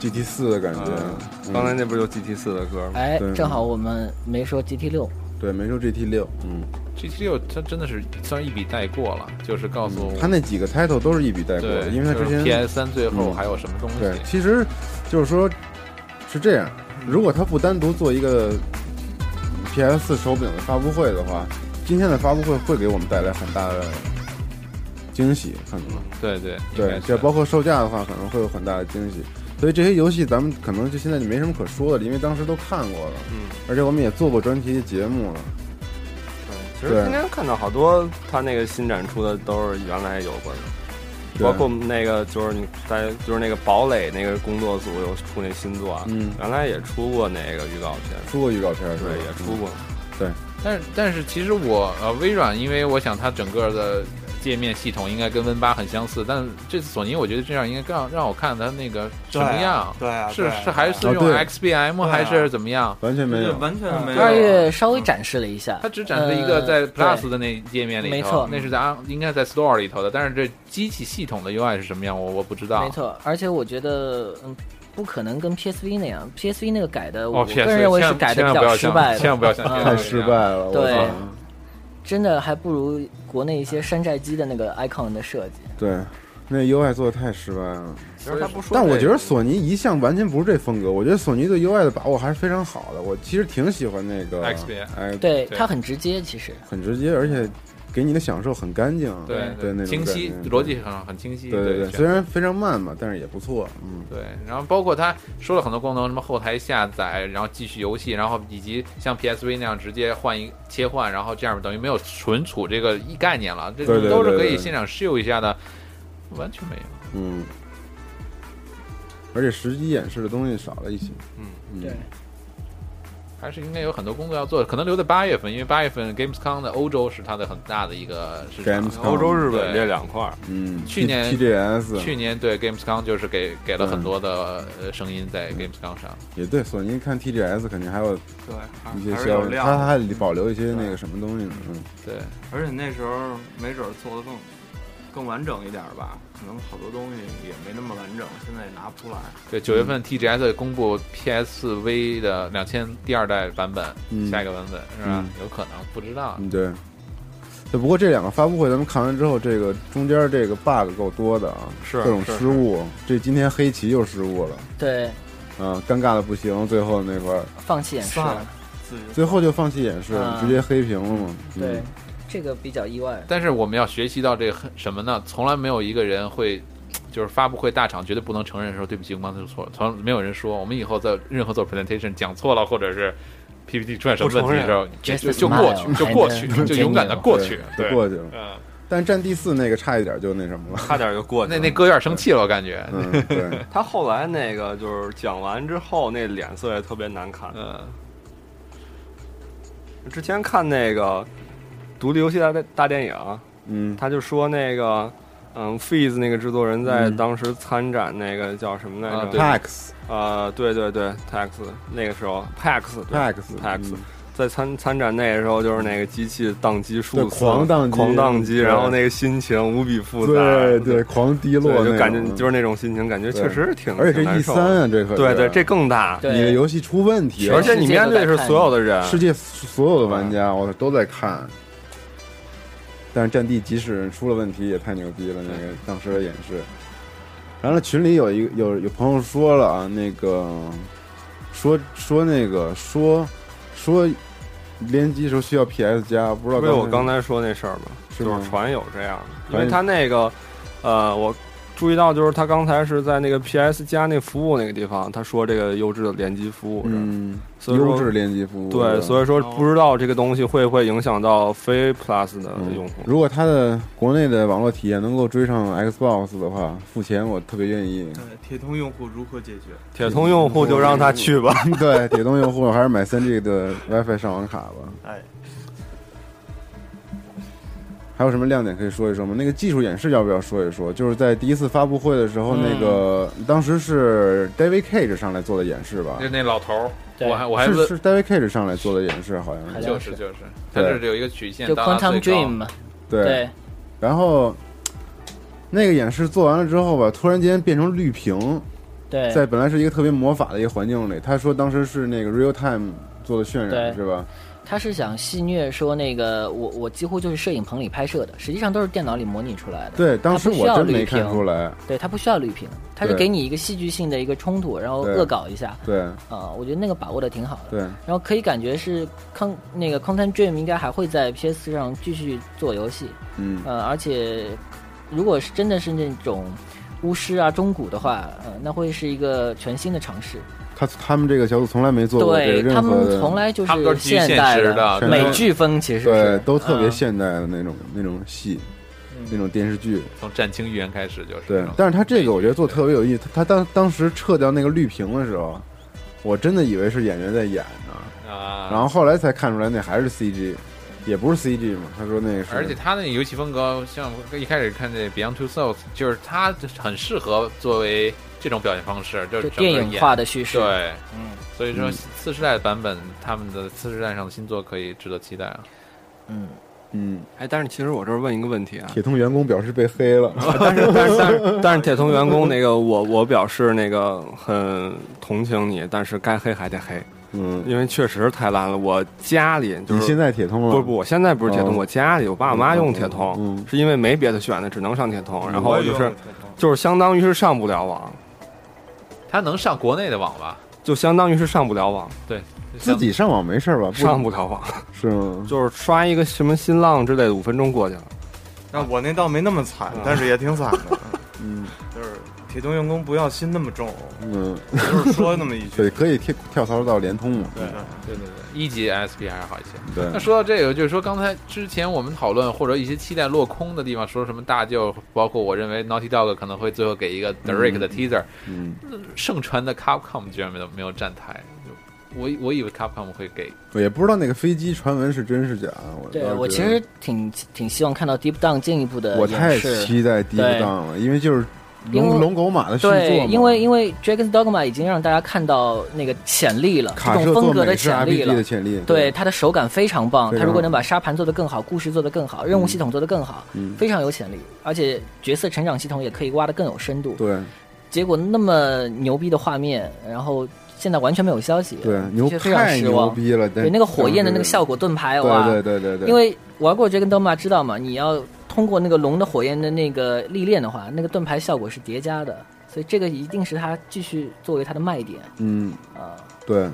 Speaker 10: GT 四的感
Speaker 7: 觉
Speaker 10: 嗯
Speaker 7: 刚才那不就 GT 四的歌吗？
Speaker 6: 哎，正好我们没说 GT 六，
Speaker 10: 对，没说 GT 六，嗯，
Speaker 11: GT 六它真的是算是一笔带过了，就是告诉我
Speaker 10: 他那几个 title 都是一笔带过的，
Speaker 11: 对
Speaker 10: 因为他之前
Speaker 11: 就是 PS3 最后
Speaker 10: 嗯
Speaker 11: 还有什么东西
Speaker 10: 对，其实就是说，是这样，如果他不单独做一个 PS 手柄的发布会的话，今天的发布会会给我们带来很大的惊喜，可能。
Speaker 11: 对对应该
Speaker 10: 对，
Speaker 7: 嗯
Speaker 11: 是
Speaker 10: 这包括售价的话，可能会有很大的惊喜。所以这些游戏咱们可能就现在就没什么可说的了，因为当时都看过了，
Speaker 7: 嗯，
Speaker 10: 而且我们也做过专题节目了。
Speaker 7: 其实今天看到好多他那个新展出的都是原来有过的，
Speaker 10: 对
Speaker 7: 包括那个就是你在就是那个堡垒那个工作组有出那新作，啊
Speaker 10: 嗯
Speaker 7: 原来也出过那个预告片，
Speaker 10: 出过预告片是吧
Speaker 7: 对，也出过，
Speaker 10: 对，
Speaker 11: 但是但是其实我呃微软，因为我想它整个的界面系统应该跟 Win 八很相似，但这次索尼我觉得这样应该更让让我看它那个什么样，
Speaker 8: 对啊
Speaker 11: 是
Speaker 8: 对啊
Speaker 11: 是还是
Speaker 10: 啊
Speaker 11: 用
Speaker 10: 对
Speaker 11: XBM
Speaker 8: 对啊
Speaker 11: 还是怎么样？
Speaker 10: 完全没有，
Speaker 8: 完全没有。
Speaker 6: 二月稍微展示了一下，
Speaker 11: 嗯它只展示一个在
Speaker 6: 呃
Speaker 11: Plus
Speaker 6: 对
Speaker 11: 的那界面里头，
Speaker 6: 没错
Speaker 11: 那是在 on- 应该在 Store 里头的，但是这机器系统的 UI 是什么样，我我不知道。
Speaker 6: 没错，而且我觉得，嗯，不可能跟 PSV 那样，PSV 那个改的，
Speaker 11: 哦
Speaker 6: 我个
Speaker 11: PS
Speaker 6: 人认为是改的
Speaker 11: 千万
Speaker 6: 比
Speaker 11: 不
Speaker 6: 较
Speaker 11: 要
Speaker 6: 失败的，
Speaker 11: 像千万不要像
Speaker 6: 嗯
Speaker 10: 太失败了，我
Speaker 6: 对
Speaker 10: 操
Speaker 6: 真的还不如国内一些山寨机的那个 icon 的设计。
Speaker 10: 对，那 UI 做的太失败了。
Speaker 7: 其实他不说这个，
Speaker 10: 但我觉得索尼一向完全不是这风格，我觉得索尼对 UI 的把握还是非常好的。我其实挺喜欢那个
Speaker 11: XBM
Speaker 10: 哎，
Speaker 6: 对，
Speaker 11: 对
Speaker 6: 它很直接，其实
Speaker 10: 很直接，而且给你的享受很干净，
Speaker 11: 对
Speaker 10: 对那种
Speaker 11: 清晰
Speaker 10: 感觉
Speaker 11: 逻辑很很清晰，
Speaker 10: 对对
Speaker 11: 对
Speaker 10: 对，虽然非常慢嘛，但是也不错，嗯，
Speaker 11: 对，然后包括它说了很多功能，什么后台下载，然后继续游戏，然后以及像 PSV 那样直接换一切换，然后这样等于没有存储这个一概念了，这
Speaker 10: 对对对
Speaker 11: 都是可
Speaker 10: 对
Speaker 11: 以
Speaker 10: 对
Speaker 11: 现场试用一下的，完全没有。
Speaker 10: 嗯，而且实际演示的东西少了一些，
Speaker 7: 嗯
Speaker 10: 嗯，
Speaker 6: 对
Speaker 11: 还是应该有很多工作要做，可能留在八月份，因为八月份 Gamescom 的欧洲是它的很大的一个市场。
Speaker 10: Gamescom
Speaker 7: 欧洲、日
Speaker 11: 对
Speaker 7: 本这两块儿，
Speaker 10: 嗯，
Speaker 11: 去年
Speaker 10: TGS
Speaker 11: 去年对 Gamescom 就是给给了
Speaker 10: 嗯
Speaker 11: 很多的呃声音在 Gamescom 上，
Speaker 10: 也对，索尼看 TGS 肯定还有
Speaker 8: 对，还
Speaker 10: 一些
Speaker 8: 啊还是有
Speaker 10: 消息，
Speaker 8: 量
Speaker 10: 它
Speaker 8: 的，
Speaker 10: 还保留一些那个什么东西呢，嗯，
Speaker 11: 对，
Speaker 8: 而且那时候没准儿做的更更完整一点儿吧，可能好多东西也没那么完整，现在也拿不出来。
Speaker 11: 对，九月份 TGS 公布 PSV 的两千第二代版本，
Speaker 10: 嗯
Speaker 11: 下一个版本是吧
Speaker 10: 嗯？
Speaker 11: 有可能不知道，
Speaker 10: 嗯，对。对，不过这两个发布会咱们看完之后，这个中间这个 bug 够多的啊，
Speaker 7: 是
Speaker 10: 各种
Speaker 7: 是
Speaker 10: 失误。这今天黑棋又失误了，
Speaker 6: 对，
Speaker 10: 啊，尴尬的不行。最后那块儿，
Speaker 6: 放弃演示，
Speaker 8: 算了自己
Speaker 10: 最后就放弃演示，
Speaker 6: 啊
Speaker 10: 直接黑屏了嘛。嗯
Speaker 6: 对，这个比较意外。
Speaker 11: 但是我们要学习到这个很什么呢？从来没有一个人会。就是发布会大厂绝对不能承认说对不起，我刚才说错了，从来没有人说我们以后在任何做 presentation 讲错了或者是 PPT 出现什么问题的时候，就
Speaker 6: Just
Speaker 11: 就就过
Speaker 6: smile
Speaker 11: 去，就过去，
Speaker 6: and then
Speaker 11: 就勇敢的
Speaker 6: continue
Speaker 11: 过去，
Speaker 10: 对，
Speaker 11: 对
Speaker 10: 就，过去了。
Speaker 11: 嗯，
Speaker 10: 但《战地四》那个差一点就那什么了。
Speaker 7: 差点就过去
Speaker 11: 那
Speaker 7: 了。
Speaker 11: 那哥有点生气了，我感觉，
Speaker 10: 嗯，对，
Speaker 7: 他后来那个就是讲完之后，那脸色也特别难看。
Speaker 8: 呃
Speaker 11: 嗯，
Speaker 7: 之前看那个独立游戏大大电影，啊
Speaker 10: 嗯，
Speaker 7: 他就说那个，嗯，Fizz 那个制作人在
Speaker 10: 嗯
Speaker 7: 当时参展那个叫什么来
Speaker 11: 啊
Speaker 7: 着？
Speaker 11: 对
Speaker 10: Pax
Speaker 7: 呃，对对对，Tax 那个时候，Pax 对
Speaker 10: Pax
Speaker 7: Pax
Speaker 10: 嗯
Speaker 7: 在参参展那个时候，就是那个机器宕机数
Speaker 10: 对
Speaker 7: 次
Speaker 10: 狂宕机
Speaker 7: 狂宕机，
Speaker 10: 对
Speaker 7: 然后那个心情无比复杂，
Speaker 10: (laughs) 对对，狂低落
Speaker 7: (laughs) 对，
Speaker 10: 那种，
Speaker 7: 就感觉就是那种心情，感觉
Speaker 10: 对
Speaker 7: 确实挺，
Speaker 10: 而且
Speaker 7: 挺
Speaker 10: 这 E
Speaker 7: 难受
Speaker 10: 三
Speaker 7: 的，
Speaker 10: 啊，这可
Speaker 7: 对
Speaker 10: 对
Speaker 7: 对，，这更大，
Speaker 6: 对
Speaker 10: 你的游戏出问题了，啊
Speaker 7: 而且你面对是所有的人，
Speaker 10: 世界所有的玩家，我都在看。但是《战地》即使出了问题，也太牛逼了，那个当时的演示。然后群里有一个有有朋友说了啊，那个说说那个说说联机时候需要 PS 加，不知道
Speaker 7: 不是我
Speaker 10: 才
Speaker 7: 刚才说那事儿吗？
Speaker 10: 是
Speaker 7: 就
Speaker 10: 吗
Speaker 7: 是船有这样的，因
Speaker 10: 船
Speaker 7: 为他那
Speaker 10: 有
Speaker 7: 个，呃，我注意到就是他刚才是在那个 PS 加那服务那个地方，他说这个优质的联机服务是吧，
Speaker 10: 嗯，
Speaker 7: 所以说
Speaker 10: 优质联机服务
Speaker 7: 对，所以说
Speaker 8: 哦
Speaker 7: 不知道这个东西会不会影响到非 Plus 的
Speaker 10: 嗯
Speaker 7: 用户。
Speaker 10: 如果它的国内的网络体验能够追上 Xbox 的话，付钱我特别愿意。 (laughs)
Speaker 8: 对呃铁通用户如何解决？
Speaker 7: 铁通用户就让他去吧。
Speaker 10: 对，铁东用户还是买三 G 的 WiFi 上网卡吧。
Speaker 8: 哎，
Speaker 10: 还有什么亮点可以说一说吗？那个技术演示要不要说一说？就是在第一次发布会的时候，那个
Speaker 11: 嗯
Speaker 10: 当时是 David Cage 上来做的演示吧
Speaker 11: 就？那老头儿，
Speaker 6: 对
Speaker 11: 我还我还
Speaker 10: 是
Speaker 11: 问，
Speaker 10: 是 David Cage 上来做的演示，好像
Speaker 6: 好
Speaker 10: 是
Speaker 6: 像
Speaker 11: 就是
Speaker 6: 是
Speaker 11: 就是，它
Speaker 10: 对
Speaker 11: 这是有一个曲线
Speaker 6: 就
Speaker 11: 到达最
Speaker 6: Quantum
Speaker 11: 高
Speaker 6: Dream 嘛，
Speaker 10: 对
Speaker 6: 对，
Speaker 10: 然后那个演示做完了之后吧，突然间变成绿屏，
Speaker 6: 对，
Speaker 10: 在本来是一个特别魔法的一个环境里，他说当时是那个 real time 做的渲染
Speaker 6: 对
Speaker 10: 是吧？
Speaker 6: 他是想戏谑说那个我我几乎就是摄影棚里拍摄的，实际上都是电脑里模拟出来的。
Speaker 10: 对，当时
Speaker 6: 它不需
Speaker 10: 我
Speaker 6: 要
Speaker 10: 真没
Speaker 6: 绿屏
Speaker 10: 看出来。
Speaker 6: 对，它不需要绿屏，它是
Speaker 10: 对
Speaker 6: 给你一个戏剧性的一个冲突，然后
Speaker 10: 对
Speaker 6: 恶搞一下
Speaker 10: 对
Speaker 6: 啊、我觉得那个把握的挺好的。
Speaker 10: 对，
Speaker 6: 然后可以感觉是康那个 Content Dream 应该还会在 PS 上继续做游戏，
Speaker 10: 嗯
Speaker 6: 呃，而且如果是真的是那种巫师啊、中古的话，呃，那会是一个全新的尝试。
Speaker 10: 他他们这个小组从来没做过这
Speaker 6: 对
Speaker 10: 个
Speaker 6: 他
Speaker 10: 任何
Speaker 6: 们
Speaker 10: 的，
Speaker 6: 从来就
Speaker 11: 他们都是基于
Speaker 6: 现
Speaker 11: 现
Speaker 6: 代
Speaker 11: 实的
Speaker 10: 对
Speaker 6: 美剧风，其实
Speaker 10: 对
Speaker 6: 是嗯
Speaker 10: 都特别
Speaker 11: 嗯
Speaker 10: 现代的那种那种戏，那种电视剧。
Speaker 11: 从战青预言开始就是这
Speaker 10: 对
Speaker 11: 种，
Speaker 10: 但是他这个我觉得做得特别有意思。他他当当时撤掉那个绿屏的时候，我真的以为是演员在演呢，
Speaker 11: 啊，
Speaker 10: 然后后来才看出来那还是 CG，也不是 CG 嘛。他说那个是，
Speaker 11: 而且他那个游戏风格，像我一开始看这《Beyond Two Souls》，就是他很适合作为这种表现方式，就是
Speaker 6: 就
Speaker 11: 整个
Speaker 6: 电影
Speaker 11: 演
Speaker 6: 化的叙事。
Speaker 11: 对，
Speaker 6: 嗯，
Speaker 11: 所以说
Speaker 10: 嗯
Speaker 11: 次世代版本，他们的次世代上的新作可以值得期待啊。
Speaker 6: 嗯，
Speaker 10: 嗯，
Speaker 7: 哎，但是其实我这儿问一个问题啊，嗯
Speaker 10: 铁通员工表示被黑
Speaker 7: (laughs)
Speaker 10: 了，
Speaker 7: 但是但是但是但是铁通员工那个，我我表示那个很同情你，但是该黑还得黑，
Speaker 10: 嗯，
Speaker 7: 因为确实太烂了。我家里就
Speaker 10: 你
Speaker 7: 是
Speaker 10: 现在铁通了，
Speaker 7: 不是不，我现在不是铁通，
Speaker 10: 哦
Speaker 7: 我家里我爸我妈用铁通，
Speaker 10: 嗯嗯
Speaker 7: 是因为没别的选的，只能上铁通，然后
Speaker 8: 我也
Speaker 7: 就
Speaker 8: 用
Speaker 7: 是
Speaker 8: 了铁通
Speaker 7: 就是相当于是上不了网，
Speaker 11: 他能上国内的网吧？
Speaker 7: 就相当于是上不了网，
Speaker 10: 自己上网没事吧？不
Speaker 7: 上不了网，
Speaker 10: 是吗？
Speaker 7: 就是刷一个什么新浪之类的，五分钟过去了。
Speaker 8: 那我那倒没那么惨，但是也挺惨的。
Speaker 10: 嗯
Speaker 8: 就是铁通员工不要心那么
Speaker 10: (laughs)
Speaker 8: 重，
Speaker 10: 嗯，
Speaker 8: 就是说那么一
Speaker 10: 对，
Speaker 8: 句。
Speaker 10: 可以跳跳槽到联通嘛？
Speaker 11: 对对对，一级 SP 还是好一些。
Speaker 7: (laughs)
Speaker 11: 那
Speaker 10: 对，
Speaker 11: 说到这个，就是说刚才之前我们讨论或者一些期待落空的地方，说什么大舅，包括我认为 Naughty Dog 可能会最后给一个 Derek 的 teaser，、
Speaker 10: 嗯，
Speaker 11: 盛传的 Capcom 居然没有没有站台，就我我以为 Capcom 会给
Speaker 10: 我也不知道那个飞机传闻是真是假。我
Speaker 6: 对
Speaker 10: 倒
Speaker 6: 我
Speaker 10: 觉
Speaker 6: 其
Speaker 10: 得
Speaker 6: 实挺挺希望看到 Deep Down 进一步的
Speaker 10: 我
Speaker 6: 演
Speaker 10: 太
Speaker 6: 示。
Speaker 10: 期待第一
Speaker 6: 对
Speaker 10: 档了，因为就是
Speaker 6: 因为
Speaker 10: 龙龙狗马的续作
Speaker 6: 对
Speaker 10: 嘛，，
Speaker 6: 因为因为 Dragon's Dogma 已经让大家看到那个潜力了，
Speaker 10: 卡
Speaker 6: 这
Speaker 10: 车
Speaker 6: 种风
Speaker 10: 做
Speaker 6: 格的
Speaker 10: 美式
Speaker 6: 潜力
Speaker 10: RPG
Speaker 6: 了
Speaker 10: 的。潜力，
Speaker 6: 对，它的手感非常棒，
Speaker 10: 非常
Speaker 6: 它如果能
Speaker 10: 好
Speaker 6: 把沙盘做得更好，故事做得更好，任务系统做得更好，
Speaker 10: 嗯
Speaker 6: 非常有潜力。而且角色成长系统也可以挖得更有深度。
Speaker 10: 对
Speaker 6: 结果那么牛逼的画面，然后现在完全没有消息，
Speaker 10: 对，牛
Speaker 6: 的确非常
Speaker 10: 太
Speaker 6: 失
Speaker 10: 牛
Speaker 6: 望。
Speaker 10: 逼了，对
Speaker 6: 对那个火焰的那个效果
Speaker 10: 果，
Speaker 6: 盾牌，哇！
Speaker 10: 对对对对对，
Speaker 6: 因为玩过 Dragon Dogma 知道嘛，你要通过那个龙的火焰的那个历练的话，那个盾牌效果是叠加的，所以这个一定是它继续作为它的卖点
Speaker 10: 嗯
Speaker 6: 啊、
Speaker 10: 对，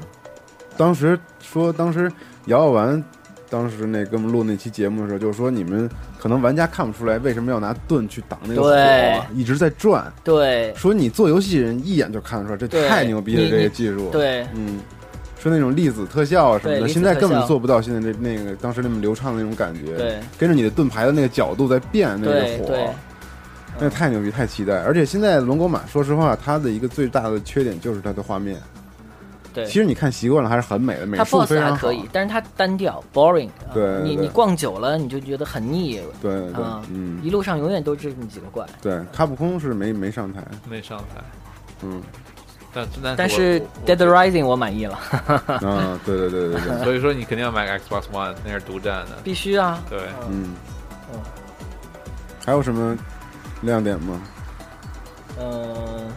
Speaker 10: 当时说当时姚耀完。当时那跟我们录那期节目的时候，就是说你们可能玩家看不出来为什么要拿盾去挡那个
Speaker 6: 对
Speaker 10: 火，一直在转。
Speaker 6: 对
Speaker 10: 说你做游戏人一眼就看得出来，这
Speaker 6: 对
Speaker 10: 太牛逼了，
Speaker 6: 你
Speaker 10: 这个
Speaker 6: 你
Speaker 10: 技术。
Speaker 6: 对
Speaker 10: 嗯，说那种粒子特效啊什么
Speaker 6: 对
Speaker 10: 的，
Speaker 6: 粒子
Speaker 10: 现在根
Speaker 6: 特
Speaker 10: 本
Speaker 6: 效
Speaker 10: 做不到现在这那个当时那么流畅的那种感觉。
Speaker 6: 对，
Speaker 10: 跟着你的盾牌的那个角度在变，那个
Speaker 6: 对
Speaker 10: 火
Speaker 6: 对，
Speaker 10: 那太牛逼，太期待。而且现在龙狗马，说实话，它的一个最大的缺点就是它的画面。
Speaker 6: 对
Speaker 10: 其，实你看习惯了，还是很美的，美
Speaker 6: 它
Speaker 10: 术
Speaker 6: BOSS
Speaker 10: 非
Speaker 6: 还
Speaker 10: 常好。
Speaker 6: 可以，但是它单调 boring，啊、
Speaker 10: 对
Speaker 6: 你
Speaker 10: 对
Speaker 6: 你逛久了你就觉得很腻，
Speaker 10: 对对对
Speaker 6: 啊，
Speaker 10: 嗯，
Speaker 6: 一路上永远都是这么几个怪。
Speaker 10: 对，卡普空是没没上台，
Speaker 11: 没上台，
Speaker 6: (laughs)
Speaker 10: 嗯
Speaker 11: 但但
Speaker 6: 但
Speaker 11: 是
Speaker 6: 是
Speaker 11: 我我
Speaker 6: Dead Rising 我满意
Speaker 10: (laughs)
Speaker 6: 了，
Speaker 10: 啊，对对对
Speaker 6: (laughs)
Speaker 10: 对对，
Speaker 11: 所以说你肯定要买个 Xbox One，那是独占的。
Speaker 6: 必须啊，
Speaker 11: 对，
Speaker 10: 嗯
Speaker 6: 嗯，
Speaker 10: 还有什么亮点吗？
Speaker 6: 嗯，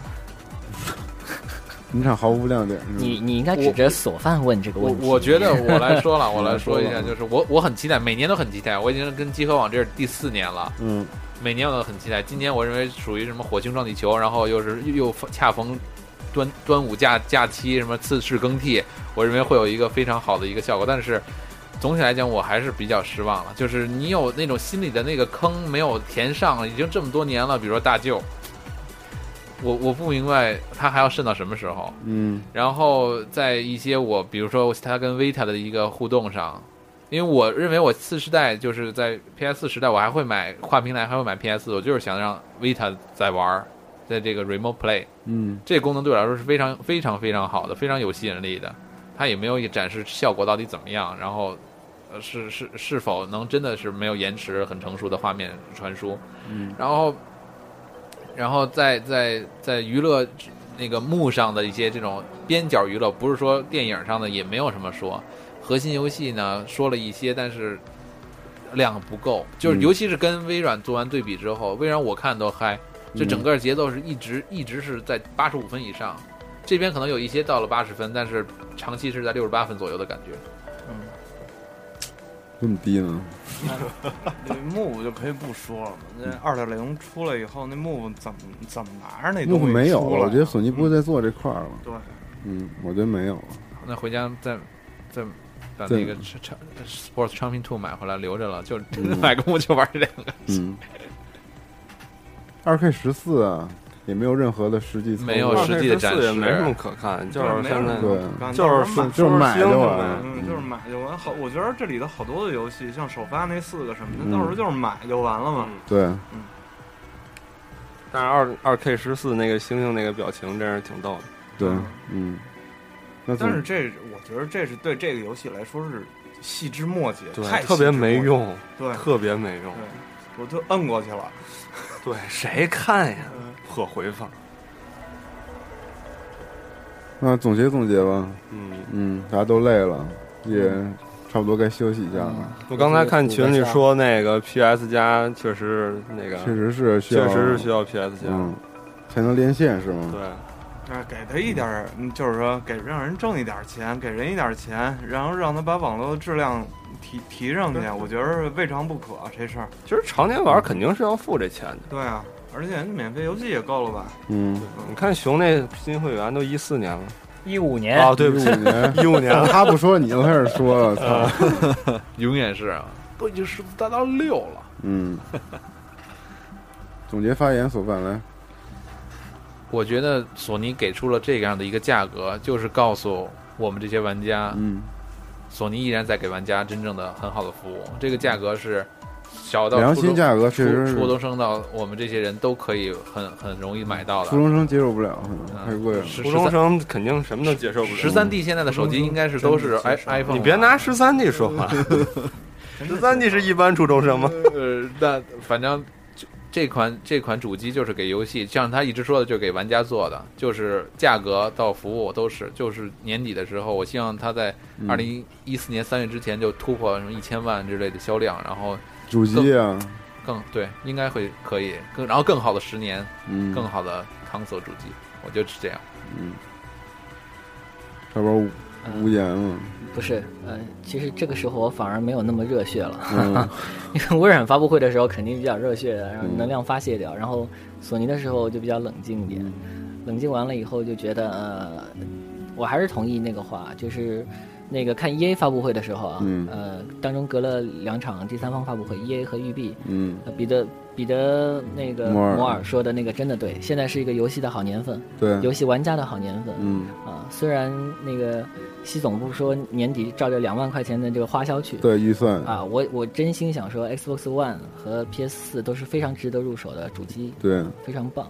Speaker 10: 你场毫无亮点。嗯
Speaker 6: 你你应该指着索饭问这个
Speaker 11: 我
Speaker 6: 问题。
Speaker 11: 我觉得我来说
Speaker 6: (laughs)
Speaker 11: 了，我来说一
Speaker 10: 你来
Speaker 11: 下，
Speaker 10: 说吧
Speaker 11: 就是我我很期待，每年都很期待。我已经跟集合网这是第四年了，
Speaker 10: 嗯
Speaker 11: 每年我都很期待。今年我认为属于什么火星撞地球，然后又是又又恰逢端端午假假期，什么次世更替，我认为会有一个非常好的一个效果。但是总体来讲，我还是比较失望了。就是你有那种心里的那个坑没有填上了，已经这么多年了。比如说大舅，我我不明白他还要渗到什么时候。
Speaker 10: 嗯
Speaker 11: 然后在一些我，比如说他跟 Vita 的一个互动上，因为我认为我次世代就是在 PS 4时代，我还会买跨平台，还会买 PS，我就是想让 Vita 在玩儿，在这个 Remote Play
Speaker 10: 嗯
Speaker 11: 这个功能对我来说是非常非常非常好的，非常有吸引力的。它也没有展示效果到底怎么样，然后呃是是是否能真的是没有延迟、很成熟的画面传输，
Speaker 10: 嗯
Speaker 11: 然后，然后在在在娱乐那个幕上的一些这种边角娱乐，不是说电影上的也没有什么说。核心游戏呢说了一些，但是量不够，就是
Speaker 10: 嗯
Speaker 11: 尤其是跟微软做完对比之后，微软我看都嗨，这
Speaker 10: 嗯
Speaker 11: 整个节奏是一直一直是在八十五分以上，这边可能有一些到了八十分，但是长期是在六十八分左右的感觉。
Speaker 10: 这么低呢？
Speaker 8: 那 move 就可以不说了嘛。那二点零出来以后，那 move 怎么怎么拿着那
Speaker 10: 幕
Speaker 8: 东
Speaker 10: 后
Speaker 8: 西
Speaker 10: 没有
Speaker 8: 出来
Speaker 10: 了，
Speaker 8: 啊
Speaker 10: 我觉得索尼不会再做这块儿了。
Speaker 8: 对，
Speaker 10: 嗯，我觉得没有了。
Speaker 11: 那回家再再把
Speaker 10: 对
Speaker 11: 那个 Ch- Ch- Sports Champion Two 买回来留着了，就
Speaker 7: 嗯
Speaker 11: (laughs) 买个我就玩这两个。
Speaker 10: 嗯，二 K 十四啊，也没有任何的实际
Speaker 7: 嗯
Speaker 10: 操作，
Speaker 11: 没有实际的展示
Speaker 7: 也没什么可看，嗯就是
Speaker 8: 没
Speaker 7: 现
Speaker 8: 有什
Speaker 7: 在
Speaker 8: 么可看
Speaker 7: 就是
Speaker 8: 是
Speaker 7: 说
Speaker 8: 买就
Speaker 10: 就是买
Speaker 8: 完
Speaker 10: 就完了
Speaker 8: 嗯，就是买就完。好，我觉得这里头好多的游戏，像首发那四个什么的，到时候
Speaker 10: 嗯
Speaker 8: 就是买就完了嘛。
Speaker 7: 嗯
Speaker 10: 对，
Speaker 7: 但是二二 K 十四那个星星那个表情真是挺逗的。
Speaker 10: 对，嗯，那总
Speaker 8: 但是这，我觉得这是对这个游戏来说是细枝末节，
Speaker 7: 对
Speaker 8: 太，细
Speaker 7: 特别
Speaker 8: 枝末
Speaker 7: 没
Speaker 8: 节
Speaker 7: 用，
Speaker 8: 对，
Speaker 7: 特别没用
Speaker 8: 对。，我就摁过去了。
Speaker 7: 对，谁看呀
Speaker 8: 嗯？
Speaker 7: 破回放。
Speaker 10: 那总结总结吧，
Speaker 7: 嗯，
Speaker 10: 嗯，大家都累了，也差不多该休息一下了，
Speaker 7: 我刚才看群里说那个 PS 加确实那个，
Speaker 10: 确实是需要，
Speaker 7: 确实是需要 PS 加。
Speaker 10: 嗯，才能连线是吗？
Speaker 7: 对，
Speaker 8: 啊，给他一点儿，嗯就是说给让人挣一点儿钱，给人一点儿钱，然后让他把网络的质量提提上去，我觉得是未尝不可这事儿。
Speaker 7: 其实常年玩肯定是要付这钱的。
Speaker 8: 对啊，而且免费游戏也够了吧？
Speaker 10: 嗯，
Speaker 7: 你看熊那新会员都一四年了，
Speaker 6: 一五年
Speaker 7: 啊，对
Speaker 10: 一
Speaker 7: 不
Speaker 10: 五
Speaker 7: 起，
Speaker 10: 年，
Speaker 7: 一五年了。啊
Speaker 10: 他不说你就开始说了，操，
Speaker 11: 永远是啊，都已经是达到六了。
Speaker 10: 嗯，总结发言所办来，
Speaker 11: 我觉得索尼给出了这样的一个价格，就是告诉我们这些玩家，
Speaker 10: 嗯，
Speaker 11: 索尼依然在给玩家真正的很好的服务。这个价格是小到
Speaker 10: 良
Speaker 11: 初
Speaker 10: 心
Speaker 11: 中
Speaker 10: 价格确实
Speaker 11: 初
Speaker 10: 是
Speaker 11: 初中生到我们这些人都可以很很容易买到的。
Speaker 10: 初中生接受不了，可能
Speaker 11: 嗯
Speaker 10: 太贵了，
Speaker 11: 十
Speaker 7: 初中生肯定什么都接受不
Speaker 11: 十
Speaker 7: 了。
Speaker 11: 三 D 现在的手机应该是都是 i iPhone，
Speaker 7: 你别拿十三 D 说
Speaker 8: (laughs)
Speaker 7: 话，十三 D 是一般初中生吗？
Speaker 11: 呃，那反正这这款这款主机就是给游戏，像他一直说的，就是给玩家做的，就是价格到服务都是，就是年底的时候，我希望它在
Speaker 10: 嗯
Speaker 11: 二零一四年三月之前就突破什么一千万之类的销量，然后
Speaker 10: 主机啊，
Speaker 11: 更对，应该会可以更，然后更好的十年，
Speaker 10: 嗯，
Speaker 11: 更好的 console 主机，我觉得是这样。
Speaker 10: 嗯，差不多无无言了，
Speaker 6: 呃不是，呃，其实这个时候我反而没有那么热血了。
Speaker 10: 嗯，
Speaker 6: 因 (laughs) 为微软发布会的时候肯定比较热血的，然后
Speaker 10: 嗯
Speaker 6: 能量发泄掉；然后索尼的时候就比较冷静一点。
Speaker 10: 嗯
Speaker 6: 冷静完了以后就觉得，呃，我还是同意那个话，就是那个看 EA 发布会的时候啊，
Speaker 10: 嗯
Speaker 6: 呃，当中隔了两场第三方发布会，EA 和育碧，
Speaker 10: 嗯，
Speaker 6: 呃彼得彼得那个
Speaker 10: 摩尔
Speaker 6: 摩尔说的那个真的对，现在是一个游戏的好年份，
Speaker 10: 对，
Speaker 6: 游戏玩家的好年份。
Speaker 10: 嗯，
Speaker 6: 啊，虽然那个西总部说年底照着两万块钱的这个花销去，
Speaker 10: 对，预算，
Speaker 6: 啊，我我真心想说，Xbox One 和 PS 四都是非常值得入手的主机，
Speaker 10: 对，
Speaker 6: 非常棒。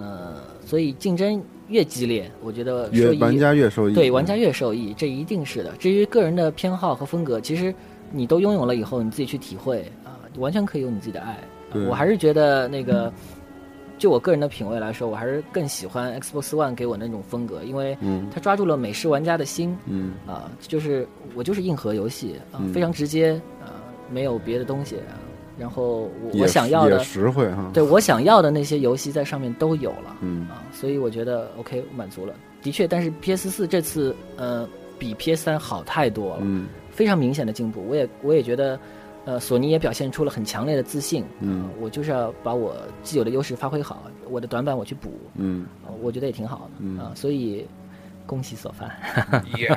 Speaker 6: 呃，所以竞争越激烈，我觉得
Speaker 10: 越
Speaker 6: 受益
Speaker 10: 玩家越受益，
Speaker 6: 对玩家越受益，这一定是的。至于个人的偏好和风格，其实你都拥有了以后，你自己去体会啊、完全可以有你自己的爱。啊
Speaker 10: 对
Speaker 6: 我还是觉得那个，就我个人的品味来说，我还是更喜欢 Xbox One 给我那种风格，因为
Speaker 10: 嗯
Speaker 6: 它抓住了美式玩家的心。
Speaker 10: 嗯
Speaker 6: 啊，就是我就是硬核游戏啊，
Speaker 10: 嗯
Speaker 6: 非常直接啊，没有别的东西。啊然后我
Speaker 10: 也
Speaker 6: 我想要
Speaker 10: 也
Speaker 6: 的，
Speaker 10: 实惠哈，
Speaker 6: 对我想要的那些游戏在上面都有了
Speaker 10: 嗯
Speaker 6: 啊，所以我觉得 OK 满足了。的确，但是 PS 四这次呃比 PS 三好太多了，
Speaker 10: 嗯
Speaker 6: 非常明显的进步。我也我也觉得，呃，索尼也表现出了很强烈的自信。啊
Speaker 10: 嗯
Speaker 6: 我就是要把我既有的优势发挥好，我的短板我去补，
Speaker 10: 嗯，
Speaker 6: 啊我觉得也挺好的、
Speaker 10: 嗯
Speaker 6: 啊。所以恭喜索范。 (laughs)
Speaker 11: Yeah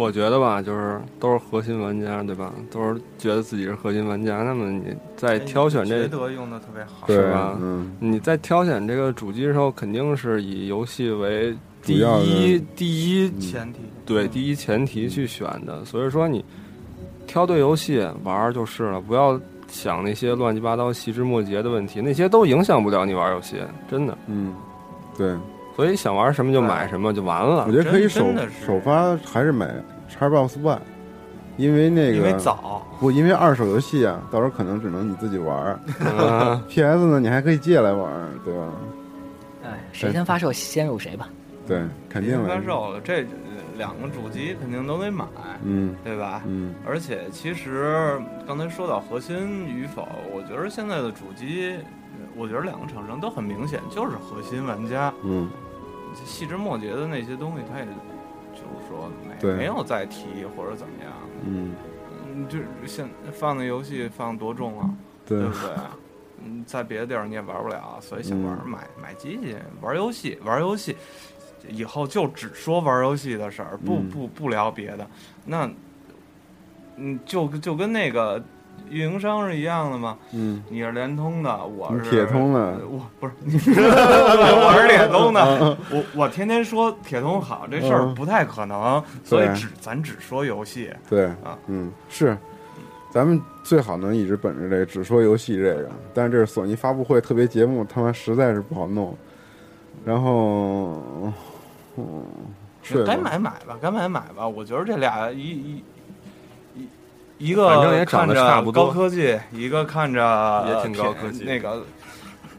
Speaker 7: 我觉得吧，就是都是核心玩家，对吧？都是觉得自己是核心玩家，那么你在挑选
Speaker 8: 哎
Speaker 7: 这，
Speaker 8: 觉得用的特别好。
Speaker 10: 对
Speaker 7: 是吧，
Speaker 10: 嗯
Speaker 7: (laughs) 你在挑选这个主机的时候，肯定是以游戏为第
Speaker 10: 主要
Speaker 7: 一
Speaker 10: 的
Speaker 7: 第一
Speaker 8: 前提嗯
Speaker 7: 对第一前提去选的，所以说你挑对游戏玩儿就是了，不要想那些乱七八糟、细枝末节的问题，那些都影响不了你玩儿游戏，真的。
Speaker 10: 嗯，对，
Speaker 7: 所以想玩什么就买什么就完了
Speaker 10: 我。觉得可以首
Speaker 8: 真的是
Speaker 10: 首发还是买 Xbox One，因为那个
Speaker 8: 因为早，
Speaker 10: 不因为二手游戏啊，到时候可能只能你自己玩儿
Speaker 7: 嗯
Speaker 10: ，PS 呢你还可以借来玩儿，对吧？
Speaker 6: 哎，谁先发售先入谁吧。
Speaker 10: 对，肯定
Speaker 8: 发
Speaker 10: 的，
Speaker 8: 售了，这两个主机肯定都得买，
Speaker 10: 嗯
Speaker 8: 对吧？
Speaker 10: 嗯
Speaker 8: 而且其实刚才说到核心与否，我觉得现在的主机，呃我觉得两个厂商都很明显就是核心玩家，
Speaker 10: 嗯，
Speaker 8: 细枝末节的那些东西，它也就是说
Speaker 10: 对
Speaker 8: 没没有再提或者怎么样，
Speaker 10: 嗯，
Speaker 8: 嗯，就是现放的游戏放多重啊，
Speaker 10: 对
Speaker 8: 对不对？嗯，在别的地儿你也玩不了，所以想玩、
Speaker 10: 嗯
Speaker 8: 买买机器玩游戏玩游戏，以后就只说玩游戏的事儿，不
Speaker 10: 嗯
Speaker 8: 不不聊别的。那，嗯，就就跟那个运营商是一样的嘛。
Speaker 10: 嗯，
Speaker 8: 你是联通的，我
Speaker 10: 你
Speaker 8: 是呃
Speaker 10: 铁通的
Speaker 8: 我不是， (laughs) 我是铁通的。我我天天说铁通好，这事儿
Speaker 10: 嗯
Speaker 8: 不太可能，所以
Speaker 10: 对
Speaker 8: 只咱只说游戏。
Speaker 10: 对
Speaker 8: 啊，
Speaker 10: 嗯，是，咱们最好能一直本着这个只说游戏这个，但是这是索尼发布会特别节目，他妈实在是不好弄。然后，嗯，睡吧
Speaker 8: 该买买吧，该买买吧。我觉得这俩一一一一
Speaker 1: 反正也
Speaker 8: 个
Speaker 1: 长
Speaker 8: 看
Speaker 1: 得
Speaker 8: 着
Speaker 1: 差不多
Speaker 8: 高科技，一个看着
Speaker 1: 也挺高
Speaker 8: 便
Speaker 1: 科技
Speaker 8: 那个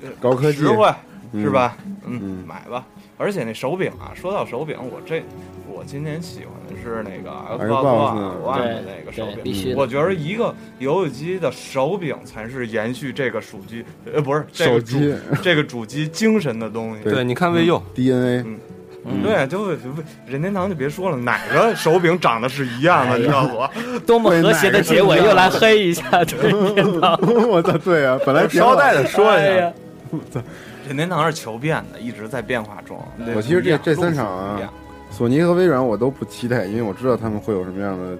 Speaker 8: 呃
Speaker 10: 高科技
Speaker 8: 实惠
Speaker 10: 嗯
Speaker 8: 是吧？
Speaker 10: 嗯
Speaker 8: 嗯，买吧。而且那手柄啊，说到手柄，我这我今年喜欢的是那个
Speaker 10: Xbox 呢
Speaker 8: One 的那个手
Speaker 6: 对对
Speaker 8: 柄，
Speaker 6: 必须的
Speaker 8: 我觉得一个游戏机的手柄才是延续这个手机，呃，不是这
Speaker 10: 手
Speaker 8: 个主
Speaker 10: 机
Speaker 8: 这个主机精神的东西。
Speaker 10: 对
Speaker 1: 对，你看未用，
Speaker 10: DNA，
Speaker 8: 嗯对，就就任天堂就别说了，哪个手柄长得是一样
Speaker 10: 哎
Speaker 8: 的，你知道不？
Speaker 6: 多么和谐的结尾，又来黑一下，对，
Speaker 10: (laughs) 我操，对啊，
Speaker 8: (laughs)
Speaker 10: 本来挺好
Speaker 1: 捎带着说一
Speaker 6: 哎
Speaker 1: 下
Speaker 6: 呀，
Speaker 8: 任天堂是求变的，一直在变化中。对
Speaker 10: 我其实这这三场
Speaker 8: 路数不一
Speaker 10: 啊
Speaker 8: 样，
Speaker 10: 索尼和微软我都不期待，因为我知道他们会有什么样的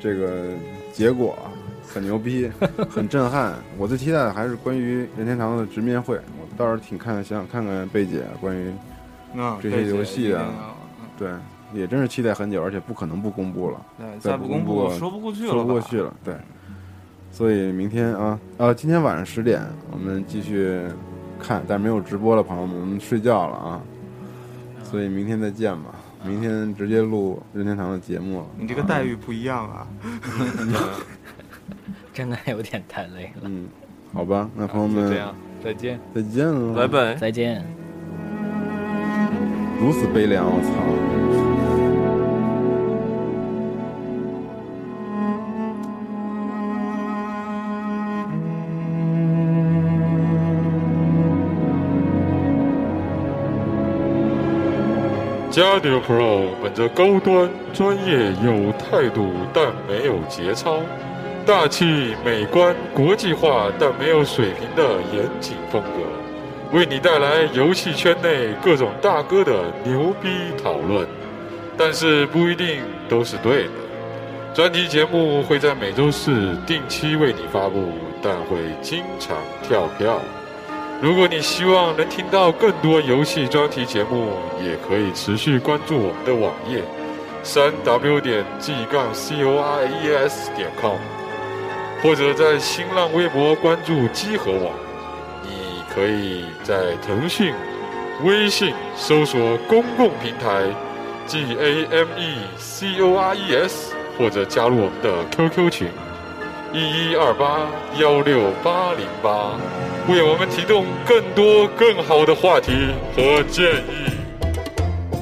Speaker 10: 这个结果，啊很
Speaker 8: (laughs)
Speaker 10: 牛逼，很震撼。我最期待的还是关于任天堂的直面会，我倒是挺看想想看看贝姐啊关于
Speaker 8: 嗯，
Speaker 10: 这些游戏啊
Speaker 8: 对嗯
Speaker 10: 对，也真是期待很久，而且不可能不公布了，
Speaker 8: 对对，
Speaker 10: 再
Speaker 8: 再
Speaker 10: 不
Speaker 8: 不
Speaker 10: 公
Speaker 8: 公
Speaker 10: 布
Speaker 8: 布说不过去了，
Speaker 10: 说不过去。了，对。所以明天啊，呃，今天晚上十点我们继续看，但是没有直播了，朋友们，我们睡觉了啊。
Speaker 8: 嗯
Speaker 10: 所以明天再见吧，明天直接录任天堂的节目了。
Speaker 8: 你这个待遇不一样啊！
Speaker 6: (laughs) 真的有点太累了，
Speaker 10: 嗯，好吧，那朋友
Speaker 13: 就
Speaker 10: 们
Speaker 1: 啊
Speaker 13: 这样，再见。
Speaker 10: 再见了，
Speaker 1: 拜，拜。
Speaker 6: 再见。
Speaker 10: 如此悲凉，我操。
Speaker 11: 加迪 Pro 本着高端、专业、有态度，但没有节操；大气、美观、国际化，但没有水平的严谨风格，为你带来游戏圈内各种大哥的牛逼讨论，但是不一定都是对的。专题节目会在每周四定期为你发布，但会经常跳票。如果你希望能听到更多游戏专题节目，也可以持续关注我们的网页，三 w 点 g 杠 c o r e s 点 com，或者在新浪微博关注机核网。你可以在腾讯、微信搜索公共平台 G A M E C O R E S，或者加入我们的 QQ 群一一二八幺六八零八。为我们提供更多更好的话题和建议。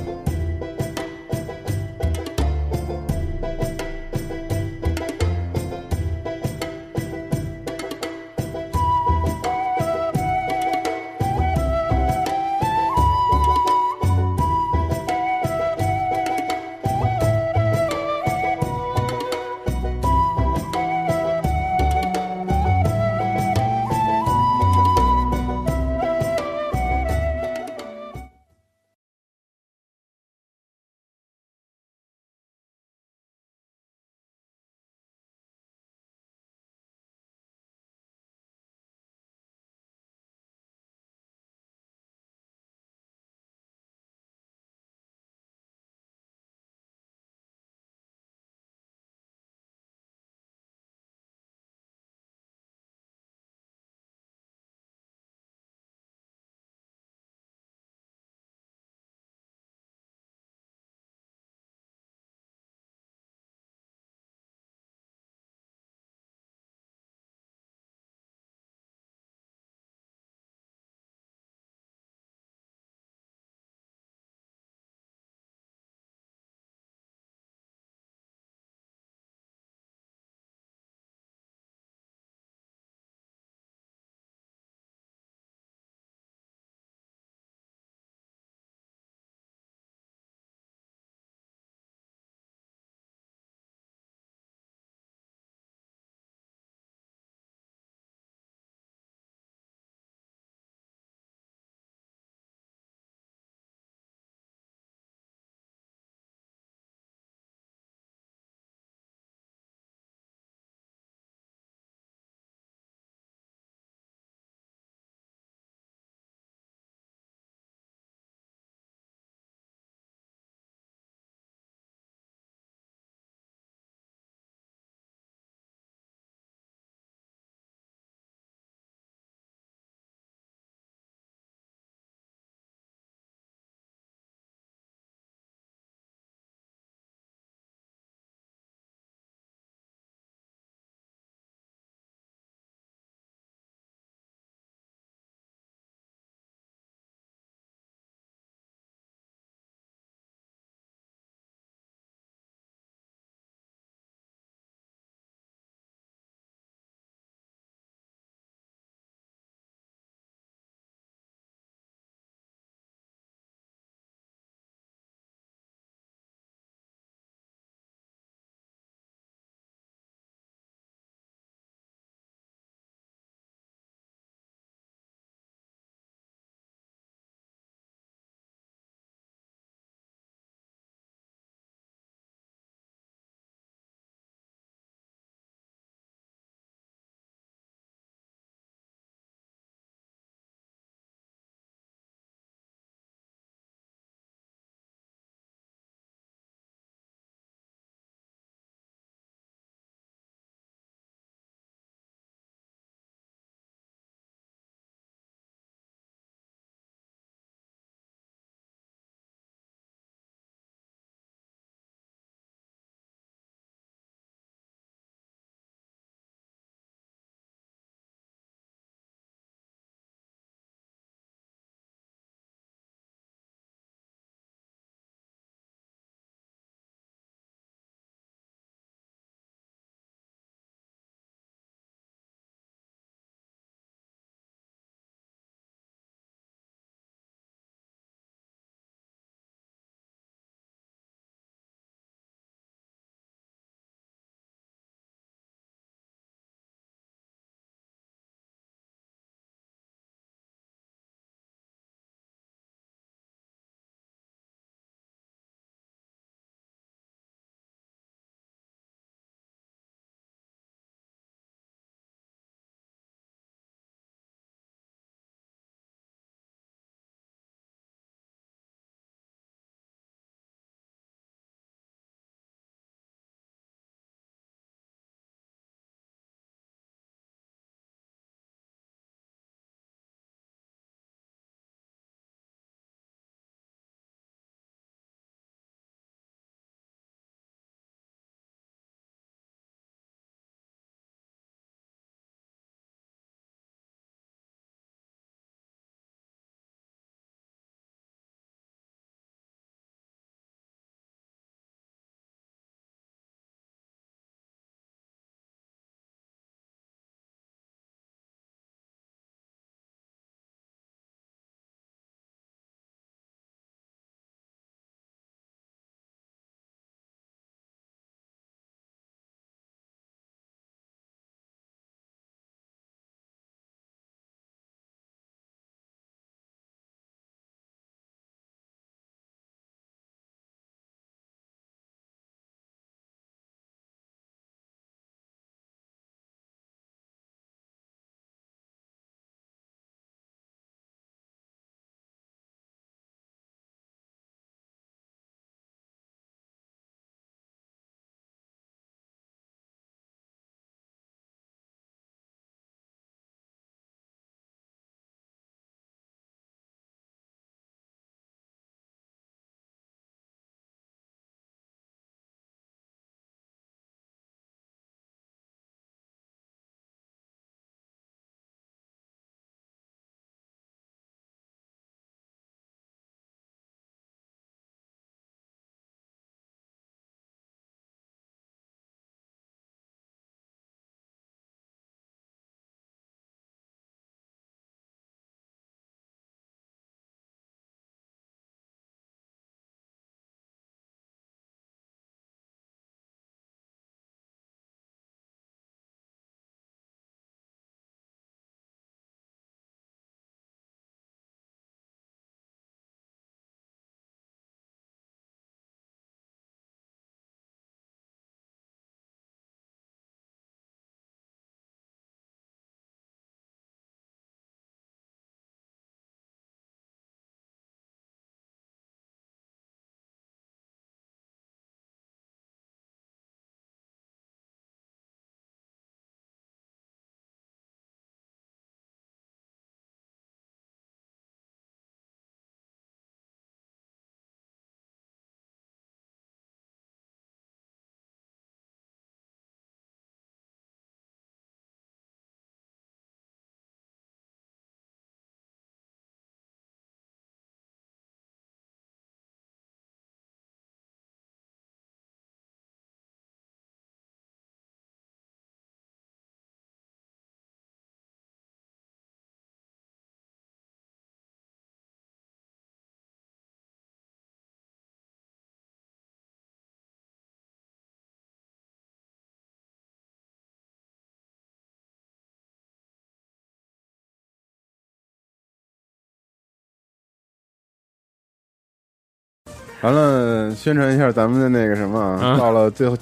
Speaker 10: 完了，宣传一下咱们的那个什么啊，
Speaker 14: 嗯
Speaker 10: 到了最后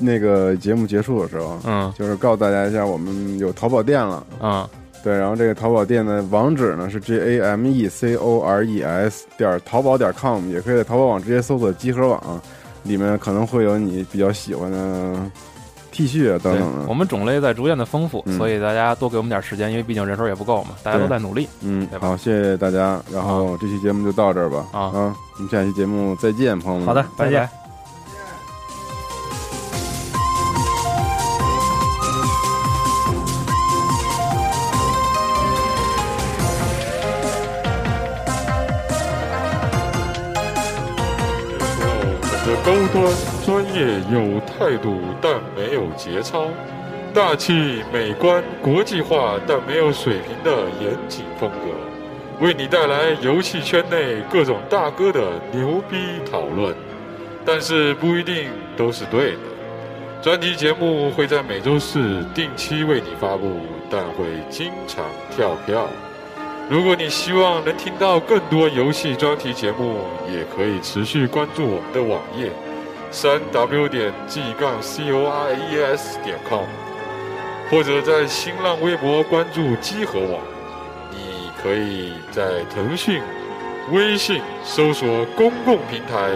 Speaker 10: 那个节目结束的时候，
Speaker 14: 嗯
Speaker 10: 就是告诉大家一下，我们有淘宝店了，
Speaker 1: 嗯
Speaker 14: 啊，
Speaker 10: 对，然后这个淘宝店的网址呢是 J A M E C O R E S 点儿淘宝点儿 com，也可以在淘宝网直接搜索集合网，里面可能会有你比较喜欢的 T 恤啊等
Speaker 1: 对
Speaker 10: 等的，
Speaker 1: 我们种类在逐渐的丰富，
Speaker 10: 嗯
Speaker 1: 所以大家多给我们点时间，因为毕竟人手也不够嘛，大家都
Speaker 10: 对
Speaker 1: 在努力。
Speaker 10: 嗯，好，谢谢大家，然后这期节目就到这儿吧，啊，我们下期节目再见，朋友们，
Speaker 1: 好的再见
Speaker 10: 拜拜
Speaker 11: 的高端、专业、有态度，但没有节操；大气、美观、国际化，但没有水平的严谨风格，为你带来游戏圈内各种大哥的牛逼讨论，但是不一定都是对的。专题节目会在每周四定期为你发布，但会经常跳票。如果你希望能听到更多游戏专题节目，也可以持续关注我们的网页，三 w 点 g 杠 c o r e s 点 com，或者在新浪微博关注机核网。你可以在腾讯、微信搜索公共平台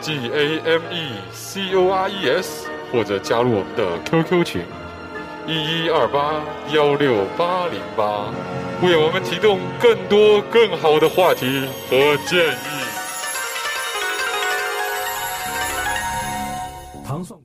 Speaker 11: G A M E C O R E S，或者加入我们的 QQ 群一一二八幺六八零八，为我们提供更多更好的话题和建议。
Speaker 14: 糖蒜。